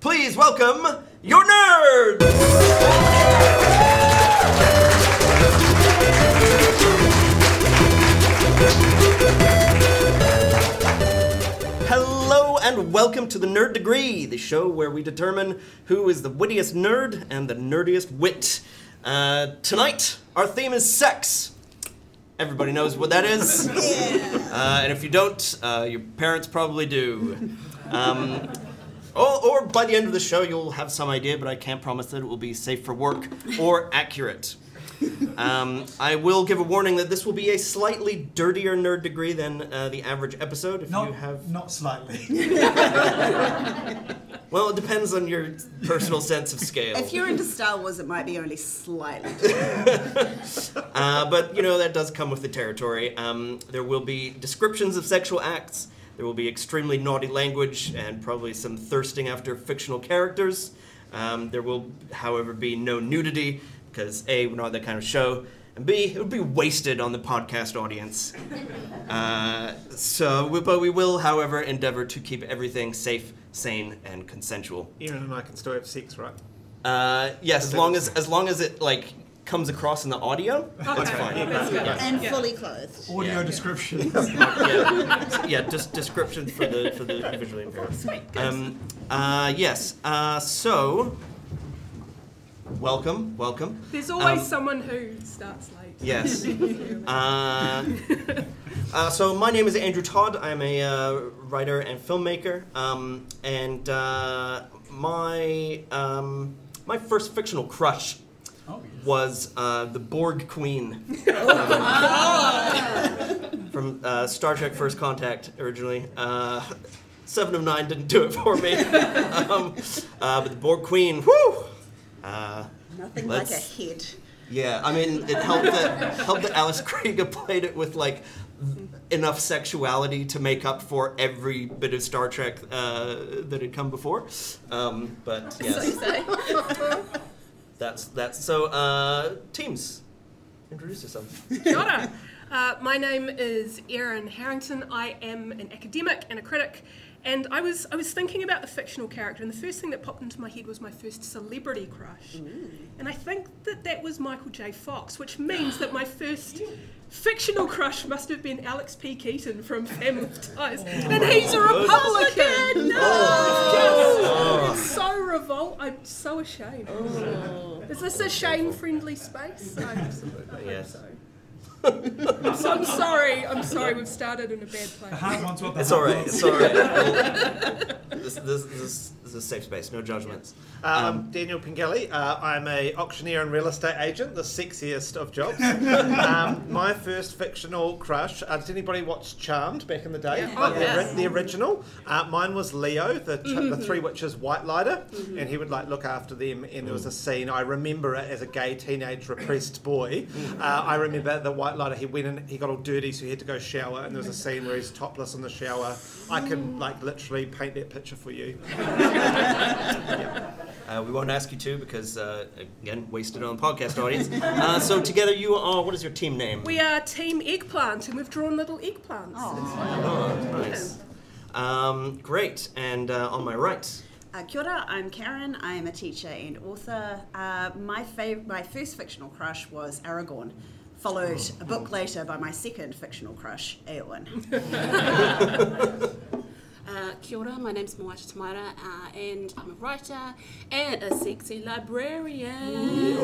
Please welcome your nerds! Hello and welcome to the Nerd Degree, the show where we determine who is the wittiest nerd and the nerdiest wit. Uh, tonight, our theme is sex. Everybody knows what that is. Uh, and if you don't, uh, your parents probably do. Um, or, or by the end of the show, you'll have some idea, but I can't promise that it will be safe for work or accurate. Um, I will give a warning that this will be a slightly dirtier nerd degree than uh, the average episode. If you Not, have not slightly. Well, it depends on your personal sense of scale. If you're into Star Wars, it might be only slightly. Uh, but, you know, that does come with the territory. Um, there will be descriptions of sexual acts, there will be extremely naughty language, and probably some thirsting after fictional characters. Um, there will, however, be no nudity, because A, we're not that kind of show, and B, it would be wasted on the podcast audience. Uh, so, we- but we will, however, endeavor to keep everything safe, sane, and consensual. Ian and I can still have sex, right? Uh, yes, as long as as long as it like comes across in the audio, that's fine. Yeah. and fully clothed. Audio Yeah. description. yeah. yeah, just description for the for the visually impaired. Um, uh, yes. Uh, so, welcome, welcome. There's always Um, someone who starts late. Yes. Uh, uh, so my name is Andrew Todd. I'm a uh, writer and filmmaker, um, and uh, my um, my first fictional crush Oh, was uh, the Borg Queen from uh, Star Trek: First Contact originally. Uh, Seven of Nine didn't do it for me, um, uh, but the Borg Queen, whoo! Uh, Nothing like Let's- a head. yeah, I mean, it helped that helped that Alice Krieger played it with like enough sexuality to make up for every bit of Star Trek uh, that had come before. Um, but yes, that's that's so. Uh, teams, introduce yourself. Kia Uh, my name is Erin Harrington. I am an academic and a critic, and I was I was thinking about the fictional character, and the first thing that popped into my head was my first celebrity crush, and I think that that was Michael J. Fox, which means that my first. Fictional crush must have been Alex P. Keaton from Family Ties, and he's a Republican. No, Yes. it's so revolt. I'm so ashamed. Is this a shame-friendly space? Absolutely. Yes. I'm, so, I'm sorry. I'm sorry. We've started in a bad The place. heart wants what the It's all heart right. wants. It's all right. this, this, this, this is a safe space. No judgments. Uh, I'm Daniel Pingelli. Uh, I'm a auctioneer and real estate agent, the sexiest of jobs. um, my first fictional crush. Uh, did anybody watch Charmed back in the day? Yeah. Like Oh, the, ori- yes. Mm-hmm. the original. Uh, mine was Leo, the, ch- the Three Witches White Lighter, and he would like look after them. And there was a scene I remember it as a gay teenage repressed boy. Uh, I remember the White Lighter. He went and he got all dirty, so he had to go shower. And there was a scene where he's topless in the shower. I can like literally paint that picture for you. Uh, we won't ask you to because uh, again, wasted on the podcast audience. Uh, so together, you are. What is your team name? We are Team Eggplant, and we've drawn little eggplants. Nice. Um, great. And uh, on my right, Uh, kia ora, I'm Karen. I am a teacher and author. Uh, my fav- my first fictional crush was Aragorn, followed Oh. a book later by my second fictional crush, Eowyn. Uh, kia ora, my name's Moasha Tamara, uh, and I'm a writer and a sexy librarian.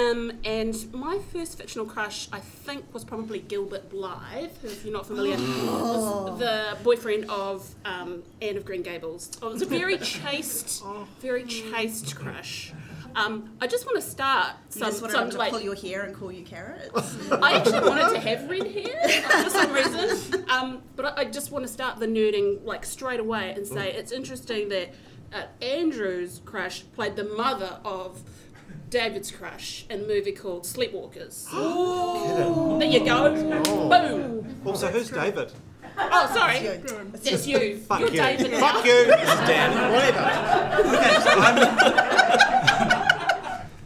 Um, and my first fictional crush, I think, was probably Gilbert Blythe, who, if you're not familiar, Oh. was the boyfriend of um, Anne of Green Gables. Oh, it was a very chaste, very chaste crush. Um, I just want to start You some, just wanted some him to like, pull your hair and call you carrots. I actually wanted to have red hair for some reason, um, but I, I just want to start the nerding like straight away and Mm. say it's interesting that uh, Andrew's crush played the mother of David's crush in a movie called Sleepwalkers. There you go, Oh. boom. Also, who's David? Oh, sorry, Good. that's you. Fuck You're you. David. now. Fuck you. This is Dan. Whatever. Okay, so I'm,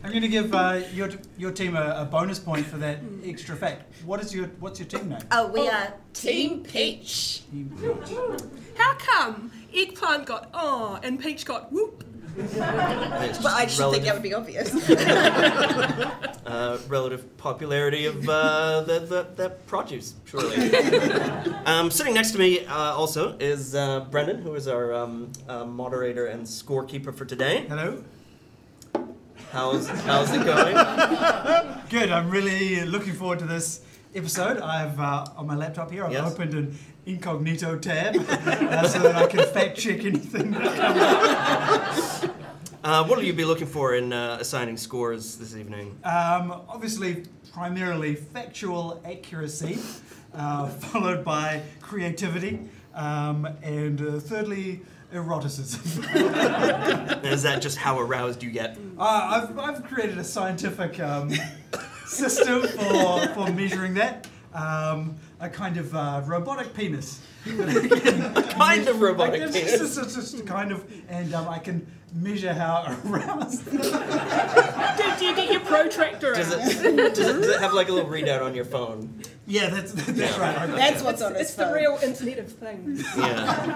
I'm going to give uh, your your team a, a bonus point for that extra fact. What is your what's your team name? Oh, we are Team Peach. How come eggplant got oh and peach got whoop? It's But I just just think that would be obvious. uh, relative popularity of uh, the, the, the produce, surely. um, sitting next to me uh, also is uh, Brendan, who is our um, uh, moderator and scorekeeper for today. Hello. How's, how's it going? Good. I'm really looking forward to this episode. I've uh, on my laptop here. I've Yes. opened an incognito tab uh, so that I can fact check anything. Uh, what will you be looking for in uh, assigning scores this evening? Uh, Um, obviously, primarily factual accuracy, uh, followed by creativity, um, and uh, thirdly, eroticism. And is that just how aroused you get? Uh, I've, I've created a scientific um, system for, for measuring that. Um, a kind of uh, robotic penis. Kind of robotic Like, penis. it's just, it's just kind of, and um, I can measure how aroused. Do, do you get your protractor out? Does it, does, it, does it have like a little readout on your phone? yeah, that's that's right. I- That's what's on it's his the phone. real Internet of Things. Yeah.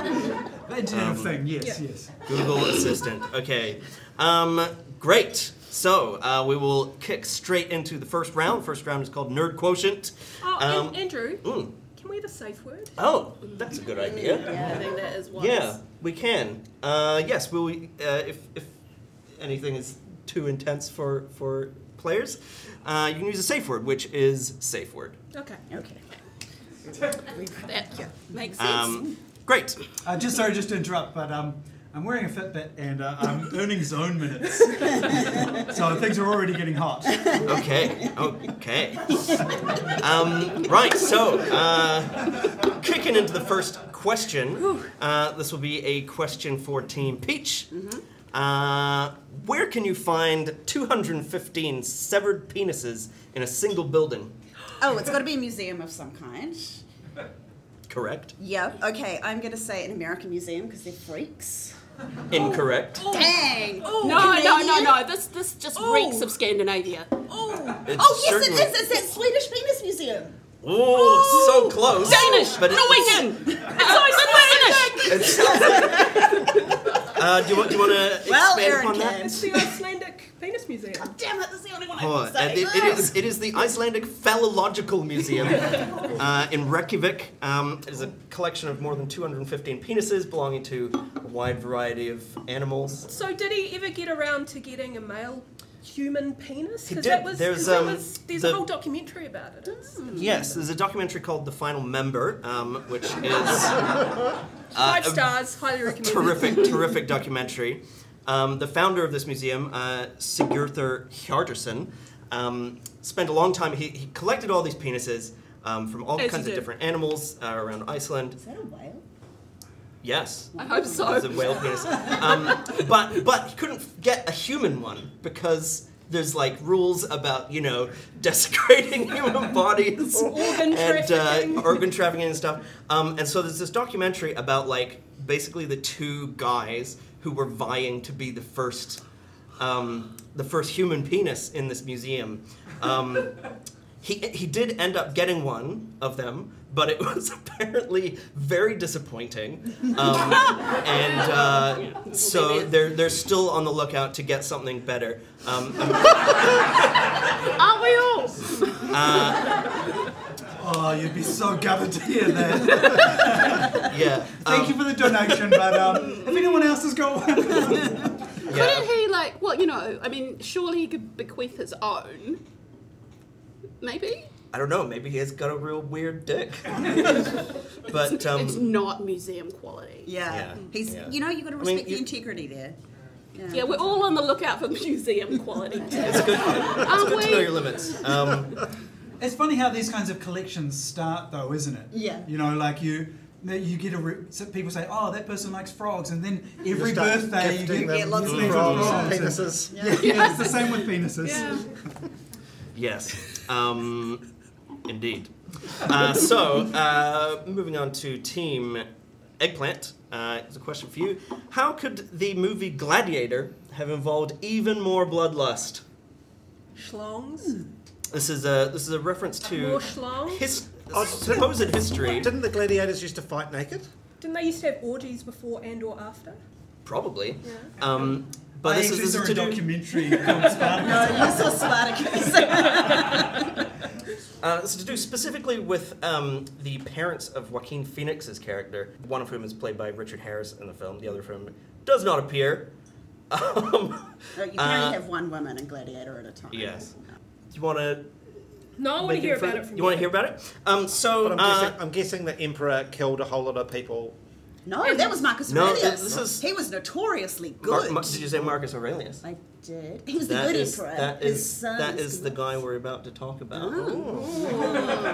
The Internet Um, of Thing. Yes, yeah. yes. Google Assistant. Okay. Um, great. So uh, we will kick straight into the first round. First round is called Nerd Quotient. Oh, Um, and Andrew, Mm. can we have a safe word? Oh, that's a good idea. I think that is wise. Yeah, we can. Uh, yes, will we? Uh, if, if anything is too intense for for players, uh, you can use a safe word, which is safe word. Okay. Okay. That makes sense. Um, great. Uh, just sorry, just to interrupt, but um, I'm wearing a Fitbit and uh, I'm earning zone minutes, so things are already getting hot. Okay. Okay. Um, right. So, uh, kicking into the first question. Uh, this will be a question for Team Peach. Mm-hmm. Uh, where can you find 215 severed penises in a single building? Oh, it's got to be a museum of some kind. Correct. Yeah. Okay, I'm going to say an American museum because they're freaks. Incorrect. Dang. no, no, no, Canadian? no. This this just Oh. reeks of Scandinavia. It's Oh, yes, certainly- it is. It's that Swedish penis museum. Oh, so close. Danish, But it- Norwegian. It's always Danish. Uh, do you want, do you want to expand Well, Aaron upon that? can. It's the Icelandic Penis Museum. Damn it, that's the only one I Oh, can and say. it, it is it is the Icelandic Phallological Museum uh, in Reykjavik. Um, it is a collection of more than 215 penises belonging to a wide variety of animals. So did he ever get around to getting a male human penis? He Because did. that was There's, there's, that um, was, there's the- a whole documentary about it. It's Yes, there's a documentary called The Final Member, um, which is Mm. five Uh, a- stars, highly recommended. terrific, terrific documentary. Um, the founder of this museum, uh, Sigurður Hjardarson, um, spent a long time. He, he collected all these penises um, from all As you kinds of do. different animals uh, around Iceland. Is that a whale? Yes, I hope It's a so. whale penis. Um, but but he couldn't get a human one because there's like rules about you know desecrating human bodies Organ and trafficking. uh, organ trafficking and stuff. Um, and so there's this documentary about like basically the two guys who were vying to be the first um, the first human penis in this museum. Um, he, he did end up getting one of them, but it was apparently very disappointing. Um, and uh, so they're, they're still on the lookout to get something better. Um, Aren't we all? Oh, you'd be so gutted to hear that. yeah. Thank you for the donation, but um, if anyone else has got one, you. Couldn't he like? Well, you know, I mean, surely he could bequeath his own. Maybe I don't know. Maybe he's got a real weird dick. but um, it's not museum quality. Yeah. Yeah. He's, Yeah. you know, you've got to mean, respect you- the integrity there. Yeah, we're all on the lookout for museum quality. it's good, it's Aren't good to know your we? limits. Um, it's funny how these kinds of collections start, though, isn't it? Yeah. You know, like you. that You get a re- so people say, "Oh, that person likes frogs," and then every You start birthday you gifting get them Yeah, lots of Mm-hmm. things frogs with and frogs. penises. Yeah, yeah, it's the same with penises. Yeah. Yes. Um, indeed. Uh, so, uh, moving on to Team Eggplant, uh, it's a question for you. How could the movie Gladiator have involved even more bloodlust? Schlongs. This is a this is a reference to More schlong. his Oh, supposed history. Didn't the gladiators used to fight naked? Didn't they used to have orgies before and or after? Probably. Yeah. Um, but I this is, actually this saw is a to do. documentary called Spartacus. you saw Spartacus. Uh, this is to do specifically with um, the parents of Joaquin Phoenix's character, one of whom is played by Richard Harris in the film, the other of whom does not appear. Um, you can Uh, only have one woman and gladiator at a time. yes. you want to? No, I want to hear about it from You want to hear about it? Um, so But I'm, uh, guessing, I'm guessing the emperor killed a whole lot of people. No, that was Marcus No, Aurelius. this is- he was notoriously Mar- good. Mar- did you say Marcus Aurelius? I did. He was the That good is, emperor. that His is, son that is Oh. is the guy we're about to talk about.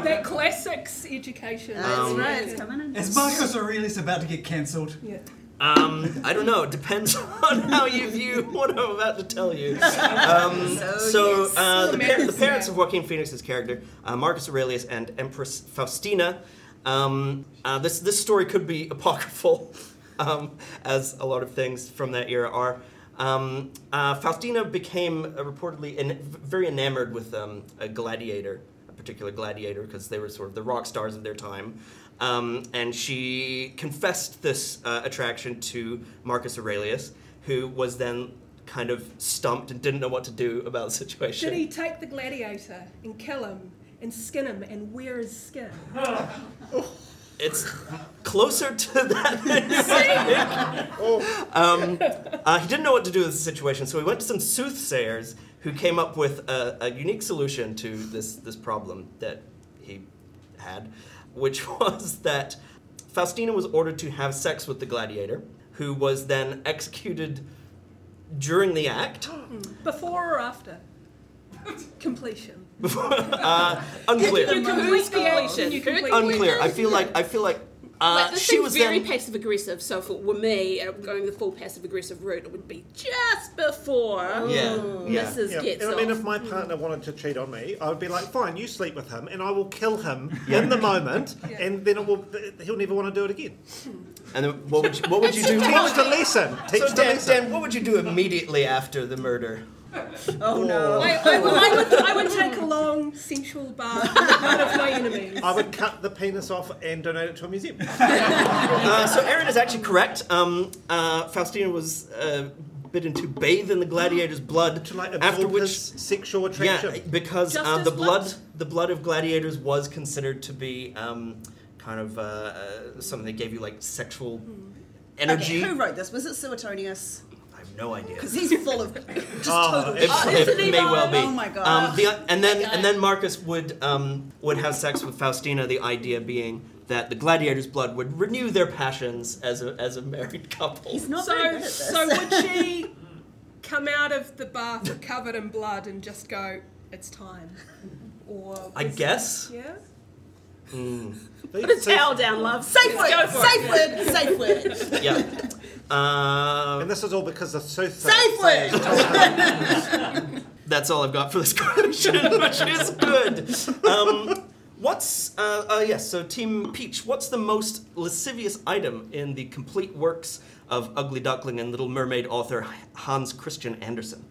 That classics education. That's um, right. It's coming in. Is Marcus Aurelius about to get cancelled? Yeah. Um, I don't know. It depends on how you view what I'm about to tell you. Um, So, so yes. uh, the, par- the Romantic parents man. of Joaquin Phoenix's character, uh, Marcus Aurelius and Empress Faustina. Um, uh, this this story could be apocryphal, um, as a lot of things from that era are. Um, uh, Faustina became uh, reportedly en- very enamored with um, a gladiator, a particular gladiator, because they were sort of the rock stars of their time. Um, and she confessed this uh, attraction to Marcus Aurelius, who was then kind of stumped and didn't know what to do about the situation. Did he take the gladiator and kill him and skin him and wear his skin? It's closer to that than you might think. Um, uh, he didn't know what to do with the situation, so he went to some soothsayers who came up with a, a unique solution to this, this problem that he had, which was that Faustina was ordered to have sex with the gladiator, who was then executed during the act. Before or after? Completion. uh, You unclear. complete the Completion. action. You complete the Unclear. I feel like I feel like uh, like, this she seems was very then, passive aggressive. So if it were me, uh, going the full passive aggressive route, it would be just before Yeah, yeah. Mrs. Yeah. gets And I off. mean, if my partner wanted to cheat on me, I would be like, fine, you sleep with him, and I will kill him in the moment, Yeah. and then it will, he'll never want to do it again. and then what would you, what would you do? Teach the lesson. Teach So the Dan, lesson. Dan, what would you do immediately after the murder? Oh no. I, I would, I, would, I would take a long sensual bath with one of my enemies. I would cut the penis off and donate it to a museum. Uh, so Aaron is actually correct. Um, uh, Faustina was uh, bidden to bathe in the gladiator's blood, To like after absorb which, his sexual attraction. yeah, because Just uh, as the blood, what? the blood of gladiators was considered to be um, kind of uh, uh, something that gave you like sexual energy. Okay, who wrote this? Was it Suetonius? I have no idea. Because he's full of just Oh, total. it's- shit. It, isn't it he may though? well be. Oh my God. Um, the, and then and then Marcus would um, would have sex with Faustina. The idea being that the gladiator's blood would renew their passions as a as a married couple. He's not very good So, at this. so would she come out of the bath covered in blood and just go, it's time? Or. I guess. Yeah? Put a towel down, love. safe Let's go word. for Safe word. Safe word. Yeah. Uh, And this is all because the soothsayer. Safe word. that's all I've got for this question, which is good. Um, what's uh, uh, yes? So Team Peach, what's the most lascivious item in the complete works of Ugly Duckling and Little Mermaid author Hans Christian Andersen?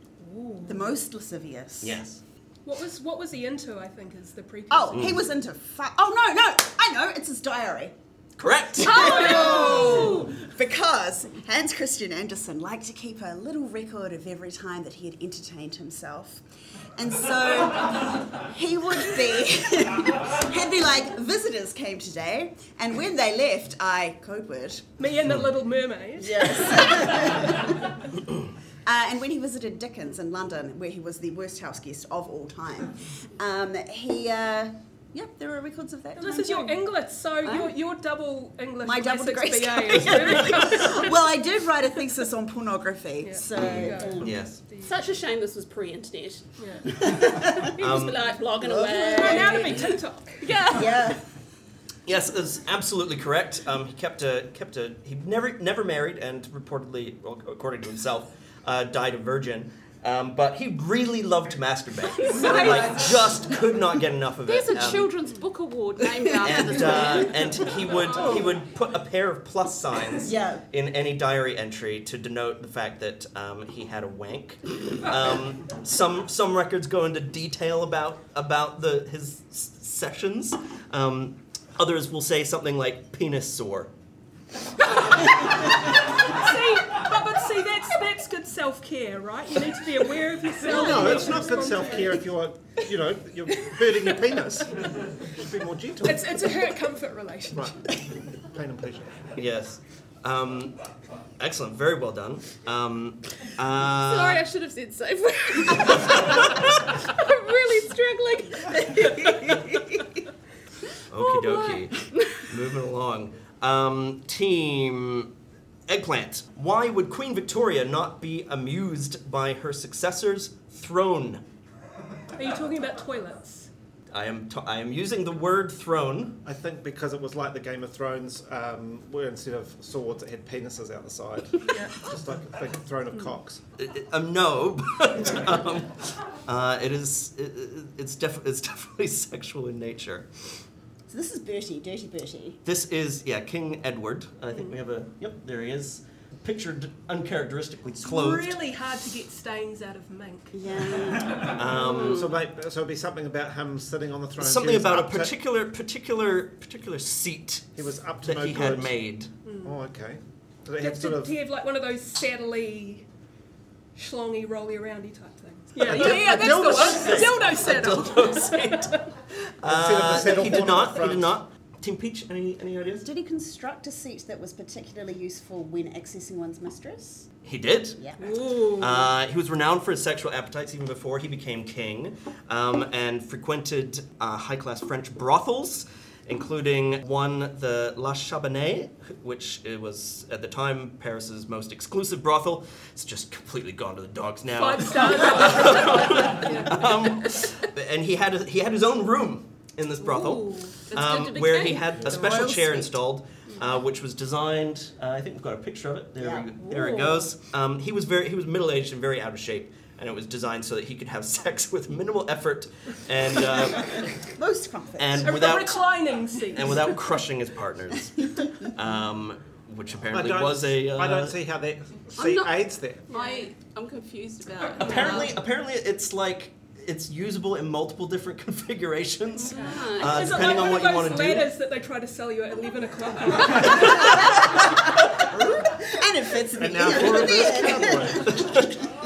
The most lascivious. Yes. What was, what was he into, I think, is the precursor. Oh, he was into. Fu- oh no, no, I know. It's his diary. Correct. Because Hans Christian Andersen liked to keep a little record of every time that he had entertained himself. And so he would be, he'd be like, visitors came today, and when they left, I, code word, Me and the Little Mermaid. Yes. Uh, and when he visited Dickens in London, where he was the worst house guest of all time, um, he, uh, yeah, there are records of that. Well, This time is your too. English, so your, your double English My double classics degree BA is really Oh, well, I did write a thesis on pornography, so. Yes. Such a shame this was pre-internet. Yeah. He was Um, like blogging away. Well, now to be TikTok. Yeah. Yeah. Yes, that's absolutely correct. Um, he kept a kept a he never never married and reportedly, well, according to himself, uh, died a virgin. Um, but he really loved to masturbate. Like, just could not get enough of There's it. a Um, children's book award named after and this uh, man. and he would he would put a pair of plus signs Yeah. in any diary entry to denote the fact that um, he had a wank. Um, some some records go into detail about about the his s- sessions. Um, others will say something like penis sore. see, but, but see, that's that's good self care, right? You need to be aware of yourself. No, You it's need to not good respond to self it. care if you're, you know, you're burning your penis. Just be more gentle. It's, it's a hurt comfort relationship. Right. Pain and pleasure. Yes. Um, excellent. Very well done. Um, uh, Sorry, I should have said safe word. I'm really struggling. Okie Oh, dokie. Moving along. Um, team Eggplant. Why would Queen Victoria not be amused by her successor's throne? Are you talking about toilets? I am, t- I am using the word throne. I think because it was like the Game of Thrones, um, where instead of swords, it had penises out the side. Yeah. Hmm. Just like a big throne of cocks. I- I- Um, no, but um, uh, it is. It, it- it's, def- it's definitely sexual in nature. So this is Bertie, Dirty Bertie. This is yeah, King Edward. I think we have a. Yep, there he is. Pictured uncharacteristically clothed. Really hard to get stains out of mink. Yeah. So, mate, so it'd be something about him sitting on the throne. Um, Something He was about a up to- particular, particular, particular seat He was up to that no he had good. made. Oh, okay. Did it Did, have sort did of he have like one of those saddly, schlongy, rolly roundy type things? Yeah, yeah, dil- yeah a that's the dildo one. saddle. Dildo saddle. Instead of the Uh, saddle he horn did at not. the He did front. not. Team Peach, any any ideas? Did he construct a seat that was particularly useful when accessing one's mistress? He did. Yeah. Uh, he was renowned for his sexual appetites even before he became king, um, and frequented uh, high-class French brothels, including one, the La Chabanais, which it was at the time Paris's most exclusive brothel. It's just completely gone to the dogs now. Five stars. um, and he had he had his own room in this brothel, that's um, good to be where he king. had a The special royal chair suite. installed, uh, which was designed. Uh, I think we've got a picture of it. There, Yeah. we, there it Ooh. goes. Um, he was very he was middle aged and very out of shape, and it was designed so that he could have sex with minimal effort, and uh, Most comfort. and A a without reclining seat. and without crushing his partners, um, which I apparently don't, was a. Uh, I don't see how that see not- aids there. I, I'm confused about. Apparently, apparently, it's like it's usable in multiple different configurations. Uh, Is it depending like on what one of you those want to do. ladders that they try to sell you at 11 o'clock? And it fits me. And now for reverse cowboy.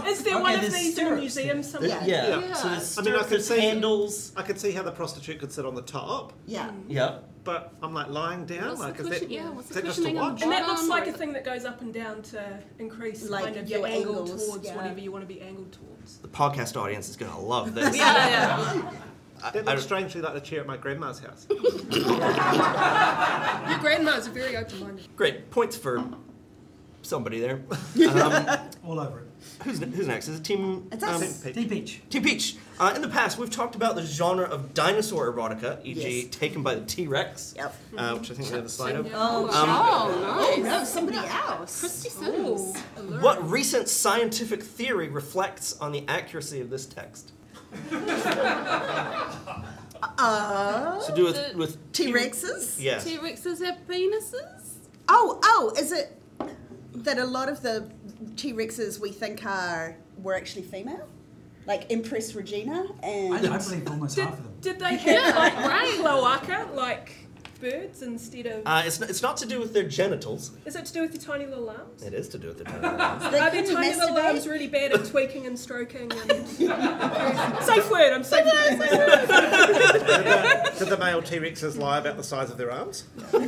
Is there Okay, one of there's these in a stirrups. museum somewhere? Yeah. Yeah. Yeah. So there's I mean, I stirrups, could there's see- handles. I could see how the prostitute could sit on the top, Yeah. Yeah. but I'm like lying down. What's the like, is cushion- that, yeah, what's is the that just a cushioning on watch? And that looks Um, like a thing that goes up and down to increase Like kind of your your, angle angles, towards yeah. whatever you want to be angled towards. The podcast audience is gonna love this. Yeah, yeah. That I- looks strangely like the chair at my grandma's house. Your grandma's very open-minded. Great points for somebody there. All over it. Who's ne- who's next? Is it team? It's um, us. Pink D peach. Beach. Team Peach. Uh, in the past, we've talked about the genre of dinosaur erotica, e.g., Yes. taken by the T Rex, Yep. uh, which I think we have a slide of. Oh, Oh wow. nice. no, somebody else. Christy Sims. What recent scientific theory reflects on the accuracy of this text? Uh, To do with the with T Rexes. Yes. T Rexes have penises? Oh, oh, is it that a lot of the T Rexes we think are were actually female, like Empress Regina I, I and believe almost Did, half of them. did they have like right. cloaca, like birds, instead of... Uh, it's, not, it's not to do with their genitals. is it to do with your tiny little arms? It is to do with their genitals. they Are their couldn't tiny little arms masturbate. really bad at tweaking and stroking? And... safe word, I'm safe word. safe word. Did the, did the male T Rexes lie about the size of their arms? Well,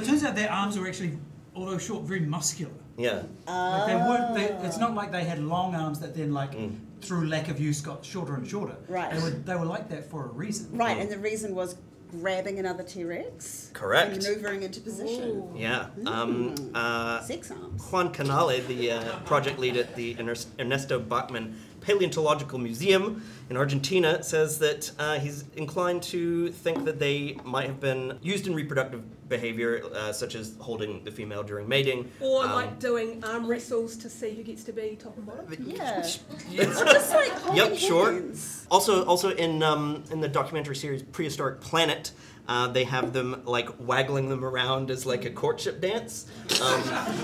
it turns out their arms were actually, although short, very muscular. yeah. Like they weren't. They, it's not like they had long arms that then, like, Mm. through lack of use, got shorter and shorter. Right. They were, they were like that for a reason. Right, and the reason was grabbing another T Rex. Correct. maneuvering into position. Yeah. Um, uh, Sex arms. Juan Canale, the uh, project lead at the Ernest- Ernesto Bachman Paleontological Museum in Argentina. It says that uh, he's inclined to think that they might have been used in reproductive behavior, uh, such as holding the female during mating. Or Um, like doing arm wrestles to see who gets to be top and bottom. Yeah. it's- Just like holding Yep, sure. hands. Also, also in um, in the documentary series Prehistoric Planet, uh, they have them like waggling them around as like a courtship dance, um,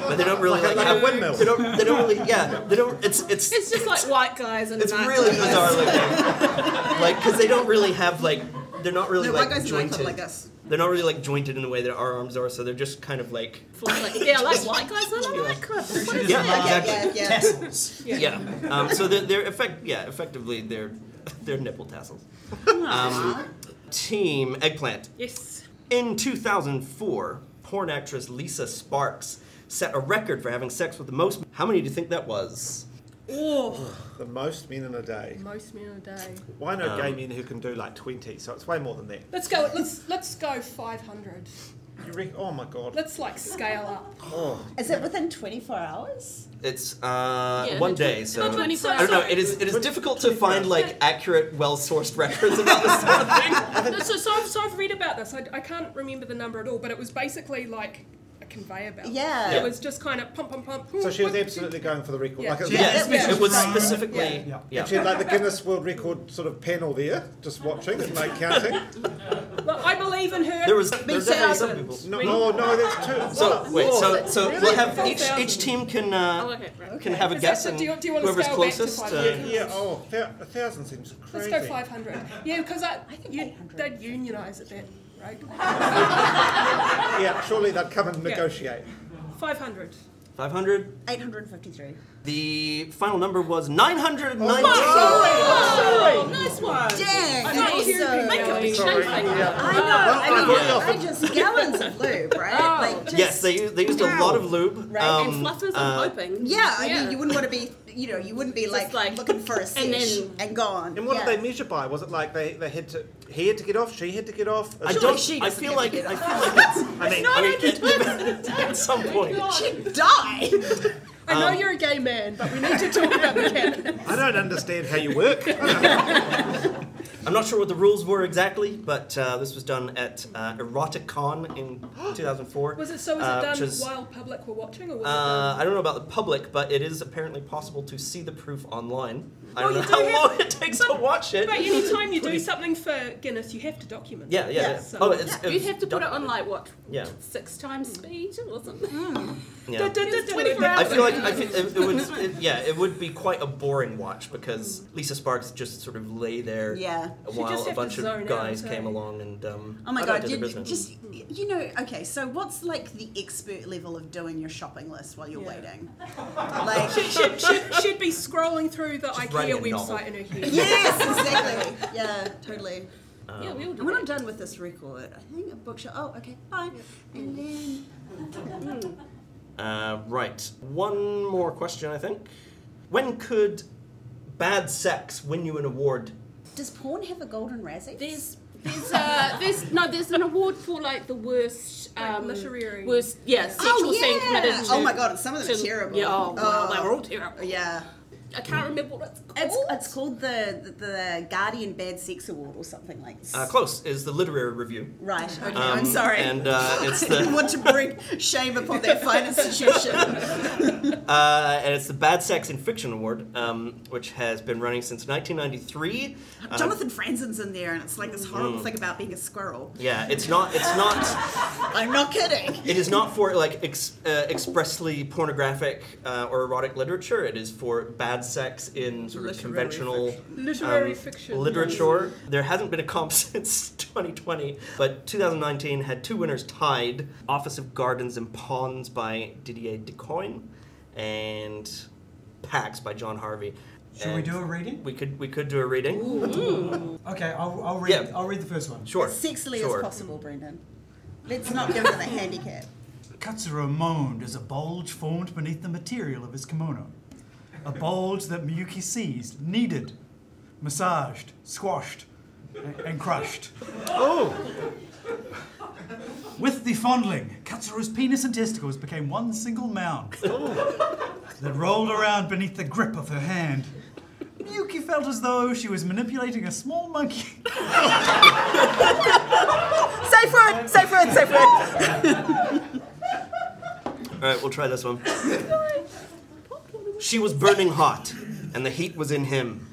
but they don't really Like like, a- like a have- windmill. They don't, they don't really yeah they don't it's it's It's just like white guys and it's night really guys. bizarre looking like because they don't really have like they're not really No, white like guys in nightclub jointed like us. they're not really like jointed in the way that our arms are so they're just kind of like Like, yeah, like white guys are not nightclubs. What is Yeah, that? exactly. Yeah, yeah, yeah. Tassels. yeah, Um, so they're, they're effect yeah effectively they're they're nipple tassels um, team eggplant Yes. In 2004, porn actress Lisa Sparks set a record for having sex with the most. How many do you think that was? Oh, The most men in a day. most men a day. Why no Um, gay men who can do like 20? So it's way more than that. Let's go. Let's let's go 500. You reckon? Oh my god. Let's like scale up. Is it within 24 hours? It's uh, Yeah, one the tw- day, so the 24 I don't know. It is it is difficult to find like accurate, well-sourced records about this sort of thing. No, so, so, I've, so I've read about this. I, I can't remember the number at all, but it was basically like a conveyor belt. Yeah. It was just kind of pump, pump, pump. So she was pump. absolutely going for the record. Yeah. Like it was, Yeah, Yeah. it was Yeah. specifically Yeah. yeah. She had like the Guinness World Record sort of panel there, just watching and like counting. Look, I believe in her. There was there's definitely some people. No, no, no, that's too. So wait, so so Really? we'll have each 4,000. each team can uh, Oh, okay, right. can have a Is guess that- and do you- do you wanna whoever's scale back to closest. five? uh, yeah, oh, thou- a thousand seems Let's crazy. go 500. Yeah, because I, I think you, 800. they'd unionise at that, right? Yeah, surely they'd come and negotiate. 500. 500. 853. The final number was 919. Oh, nice one. Dang! I And might hear also- you make a big Sorry. shake. Yeah. I know. I mean, I thought- I just gallons of lube, right? Oh. Like just, Yes, they, u- they used a lot of lube. Right, And fluffers, I'm uh, hoping. Yeah, I Yeah. mean, you wouldn't want to be, you know, you wouldn't be like, like- looking for a and then- sesh and, gone. And what yeah. did they measure by? Was it like they, they had to he had to get off, she had to get off? I Surely don't. she I doesn't feel get like to I get feel like it's I mean, I mean, at Oh some point. She'd die. I Um, know you're a gay man, but we need to talk about the cat. I don't understand how you work. I'm not sure what the rules were exactly, but uh, this was done at uh, Erotic Con in 2004. Was it so? Was uh, it done which is- while public were watching, or was Uh, I don't know about the public, but it is apparently possible to see the proof online. I don't Oh, you know do how have- long it takes to watch it it. done? But any time you do something for Guinness, you have to document. Yeah, yeah. it. yeah. So- oh, it's, it You'd was have to put it on documented. like what? Yeah. Six times speed or something. Yeah. Da- da- da- da- 24 da- I hours. feel like I feel, it, it would, it- yeah, it would be quite a boring watch because Lisa Sparks just sort of lay there Yeah. a She'd while just a have to bunch of zone out, guys eh? came along and um, Oh my I god, did you the business. just you know, okay, so what's like the expert level of doing your shopping list while you're Yeah. waiting? Like She'd, she'd, she'd be scrolling through the writing IKEA a novel. website in her head. Yes, exactly. Yeah, totally. Um, yeah, we all do. And when I'm That. done with this record, I think a bookshop oh okay, fine. And then uh, right, one more question, I think. When could bad sex win you an award? does porn have a golden razzie? There's there's uh there's no there's an award for like the worst Like um literary- worst yeah sexual oh, yeah. thing committed. To, Oh my god, some of them to- are terrible. Yeah, oh, wow, they were all Oh, terrible. yeah. I can't remember what it's called. It's, it's called the, the the Guardian Bad Sex Award or something like Uh, close is the literary review. Right, okay, Um, I'm sorry. And uh, it's I didn't the want to bring shame upon that fine institution. uh, and it's the Bad Sex in Fiction Award, um, which has been running since 1993. Uh, Jonathan Franzen's in there, and it's like this horrible Mm. thing about being a squirrel. yeah, it's not. It's not. I'm not kidding. It is not for like ex- uh, expressly pornographic uh, or erotic literature. It is for bad sex in sort of Literary conventional Literary um, fiction. literature. There hasn't been a comp since 2020, but 2019 had two winners tied: Office of Gardens and Ponds by Didier Decoin, and Pax by John Harvey. Should we And do a reading? We could we could do a reading. Okay, I'll, I'll read. Yeah. I'll read the first one. Sure. Sexily sure. as possible, Brendan. Let's not give them a handicap. Katsura moaned as a bulge formed beneath the material of his kimono. A bulge that Miyuki seized, kneaded, massaged, squashed, a- and crushed. oh, With the fondling, Katsura's penis and testicles became one single mound that rolled around beneath the grip of her hand. Yuki felt as though she was manipulating a small monkey. Safe word, safe word, safe word. All right, we'll try this one. She was burning hot, and the heat was in him.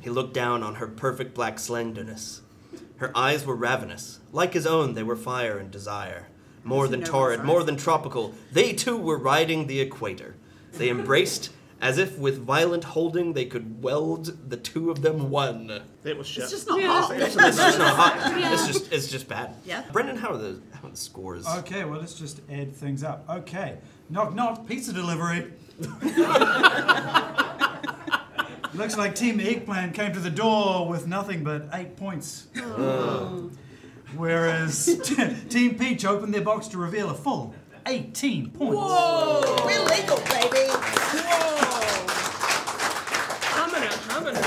He looked down on her perfect black slenderness. Her eyes were ravenous. Like his own, they were fire and desire. More than know torrid, those more than tropical, they too were riding the equator. They embraced as if with violent holding they could weld the two of them one. It was shit. It's just not hot. It's just not hot. It's just it's just bad. Yeah. Brendan, how are the how are the scores? Okay, well, let's just add things up. Okay, knock knock, pizza delivery. Looks like Team Eggplant came to the door with nothing but eight points. Oh. Whereas t- Team Peach opened their box to reveal a full 18 points. We're legal, baby. Humming it, humming it.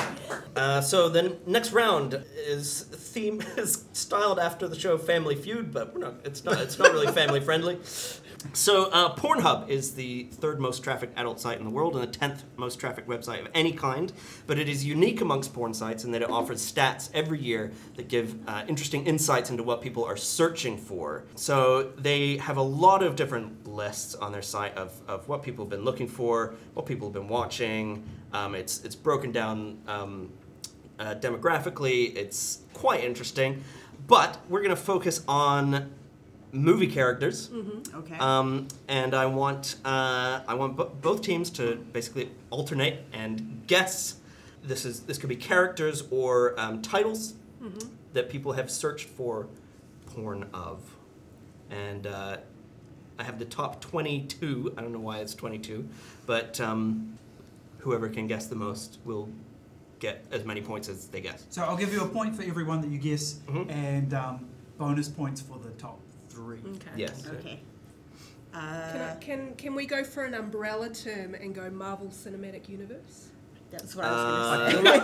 Uh, so the next round is theme is styled after the show Family Feud, but we're not. It's not. It's not really family friendly. So uh, Pornhub is the third most trafficked adult site in the world and the tenth most trafficked website of any kind. But it is unique amongst porn sites in that it offers stats every year that give uh, interesting insights into what people are searching for. So they have a lot of different lists on their site of, of what people have been looking for, what people have been watching. Um, it's it's broken down. Um, uh, demographically. It's quite interesting, but we're going to focus on movie characters, Okay. um, and I want uh, I want bo- both teams to basically alternate and guess. This is this could be characters or um, titles Mm-hmm. that people have searched for porn of, and. Uh, I have the top 22. I don't know why it's 22, but um, whoever can guess the most will get as many points as they guess. So I'll give you a point for every one that you guess, and um, bonus points for the top three. Okay. Yes. okay. Can, I, can can we go for an umbrella term and go Marvel Cinematic Universe? That's what I was Uh, going to say. I feel like,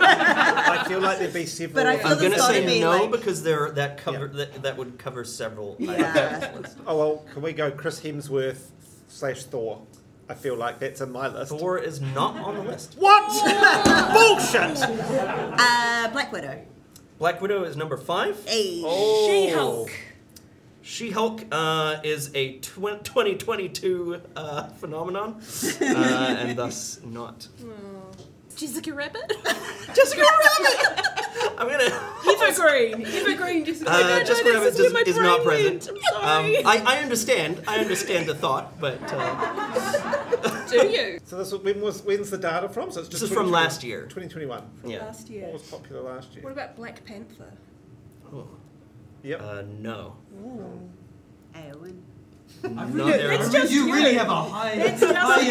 I feel like there'd be several. But I I'm So this gonna gotta say be no like- because there that cover that, that would cover several. Yeah. items. Oh well, can we go Chris Hemsworth slash Thor? I feel like that's in my list. Thor is not on the list. What? Bullshit! Uh, Black Widow. Black Widow is number five. Hey. Oh. She-Hulk. She-Hulk uh, is a tw- 2022 uh, phenomenon, uh, and thus not. Jessica Rabbit? Jessica Rabbit. I'm gonna. Evergreen! Evergreen Jessica Uh, Rabbit! Jessica No, Rabbit that's where does- my is not brain went. present. I'm Um, sorry. I, I understand. I understand the thought, but uh, Do you? So this was, when was when's the data from? So it's this just is from 2021. last year. 2021. From Yeah. Last What year. was popular last What year? about Black Panther? Yep. Uh, no. Owen. I No, really, there are- I It's really- just you really you. have a high, It's just high you. It's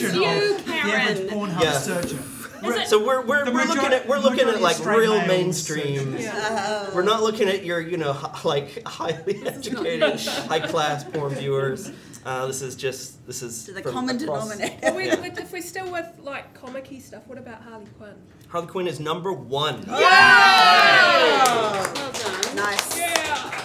just estimation you, of the average Karen. Pornhub Yeah. searcher. Re- So we're, we're, The we're major- looking at we're looking at majority like straight real males. mainstream. Oh. We're not looking at your you know h- like highly educated, high class porn viewers. Uh, this is just this is So the from common across- denominator. Well, we, Yeah. If we're still with like comic stuff, what about Harley Quinn? Harley Quinn is number one. Oh, Well done. Nice. Yeah.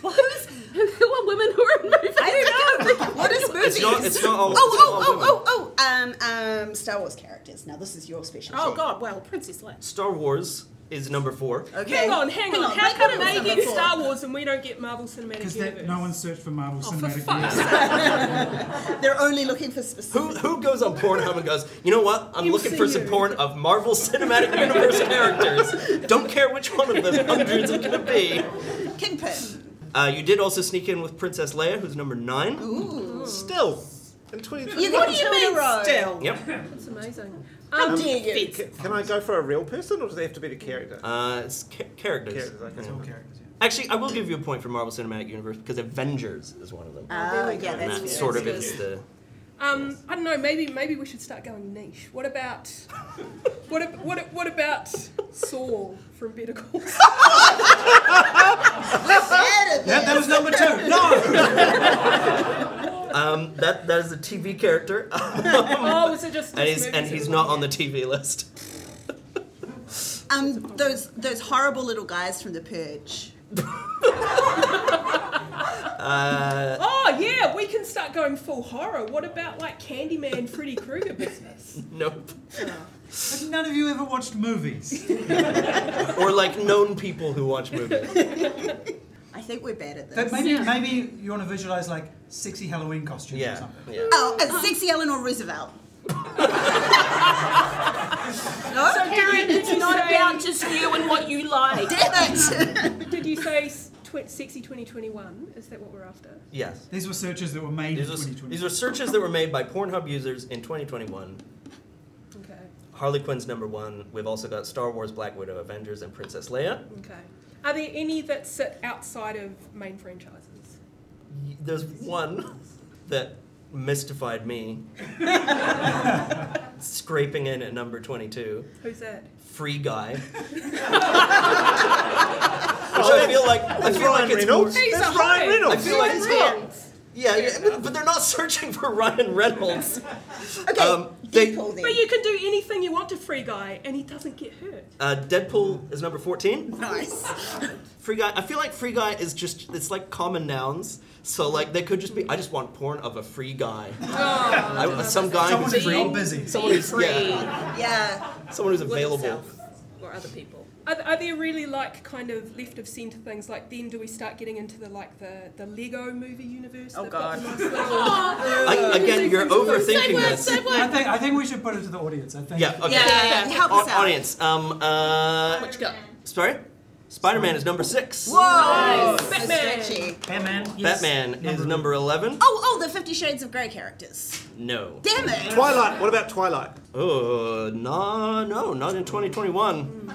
Well, who's, who, who are women who are in movies? I don't know. what is movies? It's not it's not all. oh, it's not all oh, women. oh, oh, oh, um, um, Star Wars characters. Now this is your special. Oh god, well, Princess Leia. Star Wars is number four. Okay. Hang on, hang, on. How they come got it they number get four. Star Wars and we don't get Marvel Cinematic Because Universe? that no one searched for Marvel Oh, for Cinematic fuck's Universe. sake. They're only looking for Who specific. who goes on Pornhub and goes, you know what? I'm looking for some MCU. porn of Marvel Cinematic Universe characters. Don't care which one of them hundreds are gonna be. Kingpin. Uh, you did also sneak in with Princess Leia, who's number nine. Ooh. Still Oh, in 2021. You got two in a row. still? Yep. That's amazing. Um, How dare you? Can, can I go for a real person or does it have to be the character? Uh, it's ca- characters. Characters, okay. It's all characters, yeah. Actually, I will give you a point for Marvel Cinematic Universe because Avengers is one of them. Oh, yeah, and that's that good. sort of good. is the. Um, I don't know. Maybe maybe we should start going niche. What about what ab- what ab- what about Saul from Better Call Saul? Added That, that there. was number two. No! Um, that that is a TV character, and Oh, is it just? just he's and movies? he's not on the TV list. Um, those those horrible little guys from the Purge. Uh, Oh yeah, we can start going full horror. What about like Candyman, Freddy Krueger business? nope. Have none of you ever watched movies? Or like known people who watch movies. I think we're bad at this. But maybe, maybe you want to visualize like sexy Halloween costumes or Yeah. something. Yeah. Oh, a sexy Eleanor Roosevelt. no, Karen, it's not about just you and what you like. damn it. Did you say s- tw- sexy 2021? Is that what we're after? Yes. These were searches that were made in These are, 2020. these are searches that were made by Pornhub users in 2021. Okay. Harley Quinn's number one. We've also got Star Wars, Black Widow, Avengers, and Princess Leia. Okay. Are there any that sit outside of main franchises? There's one that mystified me. Scraping in at number 22. Who's that? Free Guy. Which I feel like I feel like it's Ryan more, Reynolds. He's That's a Ryan hottie. I Reynolds. feel like it's more, yeah, yeah, but- but they're not searching for Ryan Reynolds. Okay, Um, they- Deadpool then. But you can do anything you want to Free Guy, and he doesn't get hurt. Uh, Deadpool is number 14. nice. Free guy. I feel like free guy is just it's like common nouns. So like they could just be I just want porn of a free guy. I, some guy Someone who's who's free. not busy. Someone who's free yeah, Yeah. someone who's with available. itself or other people. Are, are there really like kind of left of centre things? Like then do we start getting into the like the, the Lego movie universe? Oh, They've got God. nice little- I, again, you're overthinking Same word, this. same I word. think, I think we should put it to the audience. I think. Yeah. Okay. Yeah, yeah, yeah. Help Au- us out. audience. Um. Uh. What you got? Sorry. Spider Man is number six. Whoa. So Batman. stretchy. Batman. yes. Batman is number eleven. Oh, oh, the Fifty Shades of Grey characters. No. Damn it. Twilight. What about Twilight? Oh no no not in 2021.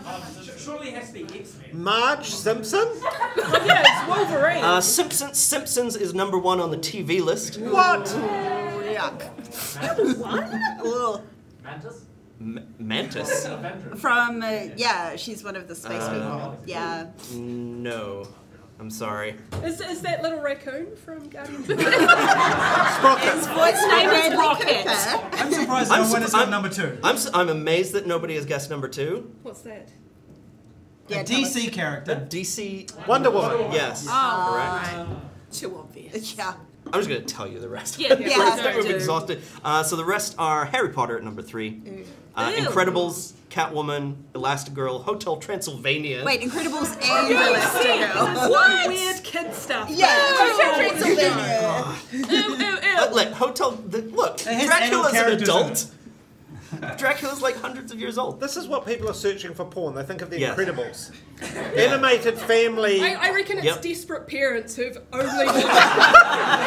Surely it has to be X Men. Marge Simpson. Oh, yeah, it's Wolverine. Uh, Simpsons Simpsons is number one on the TV list. What? Oh, Yuck. One? Ugh. Mantis. M- Mantis. Avengers. From, uh, yeah, she's one of the space Uh, people. Yeah. No, I'm sorry. is, is that little raccoon from Guardians? of the Sprocket. Voice name is Bradley Rocket. Cooper. I'm surprised I'm no one surp- has got I'm- number two. I'm s- I'm amazed that nobody has guessed number two. What's that? Yeah, a tell us. DC character. DC. Wonder Woman. Yes. correct. Too obvious. Yeah. I'm just gonna tell you the rest. Yeah, Yeah, We're- please that's don't we've do. exhausted. Uh, so the rest are Harry Potter at number three, uh, Ew. Incredibles, Catwoman, Elastigirl, Hotel Transylvania. Wait, Incredibles and Elastigirl. What? Weird kid stuff. Oh, Yeah, Hotel Transylvania. Ew, ew, ew. Uh, like, Hotel. The, look, Uh, It has Dracula's adult an characters in adult. Dracula's like hundreds of years old. This is what people are searching for porn. They think of the Yes. Incredibles. Animated family. I, I reckon it's Yep. desperate parents who've only watched,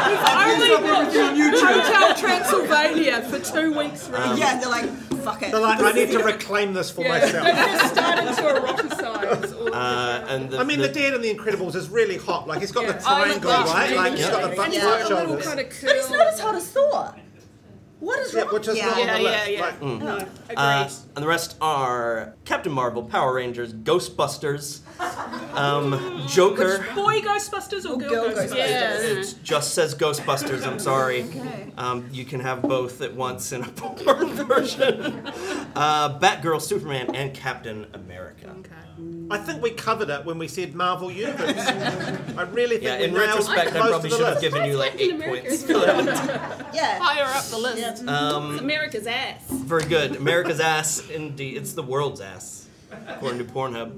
who've only watched Hotel Transylvania for two weeks running. Yeah, they're like, fuck it. They're like, I need to reclaim this for myself. They've just started to eroticize all of Uh, and the, I mean, the the, dad in The Incredibles is really hot. Like, he's got Yeah. the triangle, Oh my gosh, right? Like, he's got the yeah. butt He's Yeah. yeah. got a little shoulders. kind of curl. But he's not as hot as Thor. What is Yeah, wrong? which is yeah. not on Yeah, the yeah, list. yeah. Like, No, agreed. uh, and the rest are Captain Marvel, Power Rangers, Ghostbusters, um, Joker. Boy Ghostbusters or girl, girl Ghostbusters? Yeah. Uh-huh. It just says Ghostbusters. I'm sorry. Um, you can have both at once in a porn version. Uh, Batgirl, Superman, and Captain America. I think we covered it when we said Marvel Universe. I really think Yeah, we in nailed retrospect, I most probably of should the have list. given you like Captain eight America. points. for that. Yeah. Higher up the list. Um, It's America's ass. very good. America's ass, indeed. It's the world's ass, according to Pornhub.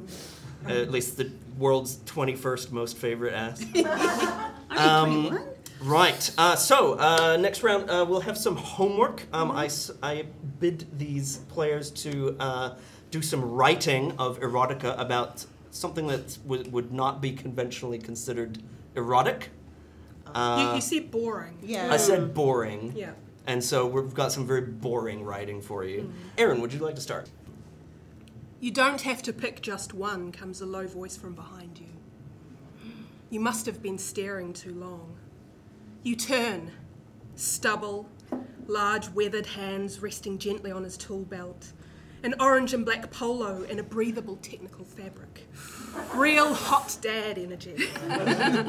Uh, at least the world's 21st most favorite ass. Um, Only 21? Right. Uh, so uh, next round, uh, we'll have some homework. Um, I s I bid these players to uh, do some writing of erotica about something that w- would not be conventionally considered erotic. you, you said boring. Yeah. I said boring. Yeah. And so we've got some very boring writing for you. Aaron, would you like to start? You don't have to pick just one, comes a low voice from behind you. You must have been staring too long. You turn. Stubble, large weathered hands resting gently on his tool belt, an orange and black polo and a breathable technical fabric. Real hot dad energy.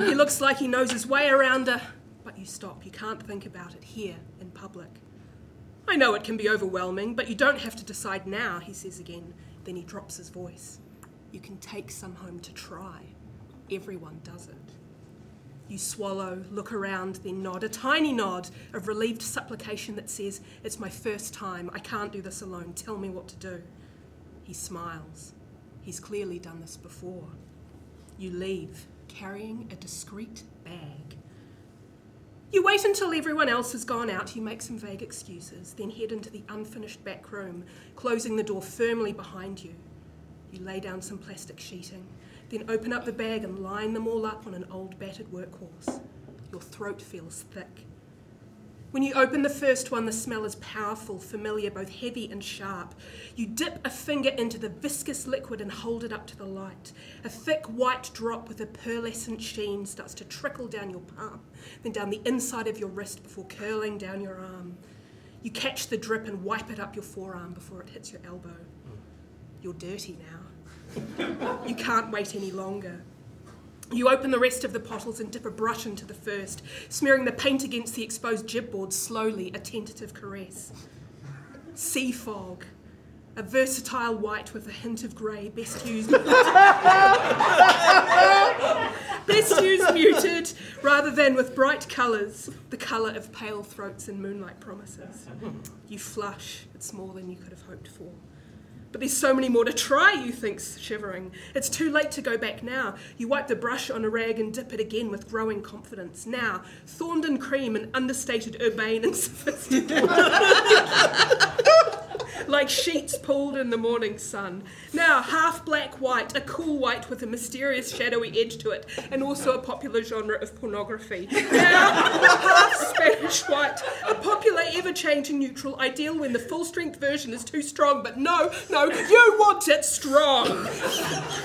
he looks like he knows his way around a. But you stop, you can't think about it here in public. I know it can be overwhelming, but you don't have to decide now, he says again. Then he drops his voice. You can take some home to try. Everyone does it. You swallow, look around, then nod a tiny nod of relieved supplication that says, It's my first time. I can't do this alone. Tell me what to do. He smiles. He's clearly done this before. You leave, carrying a discreet bag. You wait until everyone else has gone out, you make some vague excuses, then head into the unfinished back room, closing the door firmly behind you. You lay down some plastic sheeting, then open up the bag and line them all up on an old battered workhorse. Your throat feels thick. When you open the first one, the smell is powerful, familiar, both heavy and sharp. You dip a finger into the viscous liquid and hold it up to the light. A thick white drop with a pearlescent sheen starts to trickle down your palm, then down the inside of your wrist before curling down your arm. You catch the drip and wipe it up your forearm before it hits your elbow. You're dirty now. you can't wait any longer. You open the rest of the bottles and dip a brush into the first, smearing the paint against the exposed jib board slowly, a tentative caress. Sea fog, a versatile white with a hint of grey, best used. best used muted rather than with bright colours, the colour of pale throats and moonlight promises. You flush, it's more than you could have hoped for. But there's so many more to try, you think, shivering. It's too late to go back now. You wipe the brush on a rag and dip it again with growing confidence. Now, Thorndon cream and understated, urbane, and sophisticated. like sheets pulled in the morning sun. Now, half black white, a cool white with a mysterious shadowy edge to it, and also a popular genre of pornography. Now, half Spanish white, a popular ever changing neutral ideal when the full strength version is too strong, but no, no, you want it strong.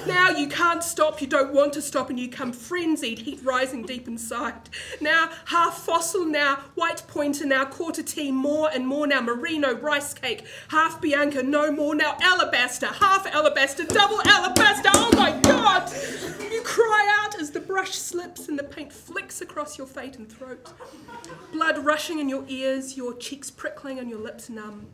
Now you can't stop, you don't want to stop, and you come frenzied, heat rising deep inside. Now, half fossil now, white pointer now, quarter tea more and more now, merino rice cake, half Bianca no more now, alabaster, half alabaster, double alabaster, oh my god! You cry out as the brush slips and the paint flicks across your fate and throat. Blood rushing in your ears, your cheeks prickling and your lips numb.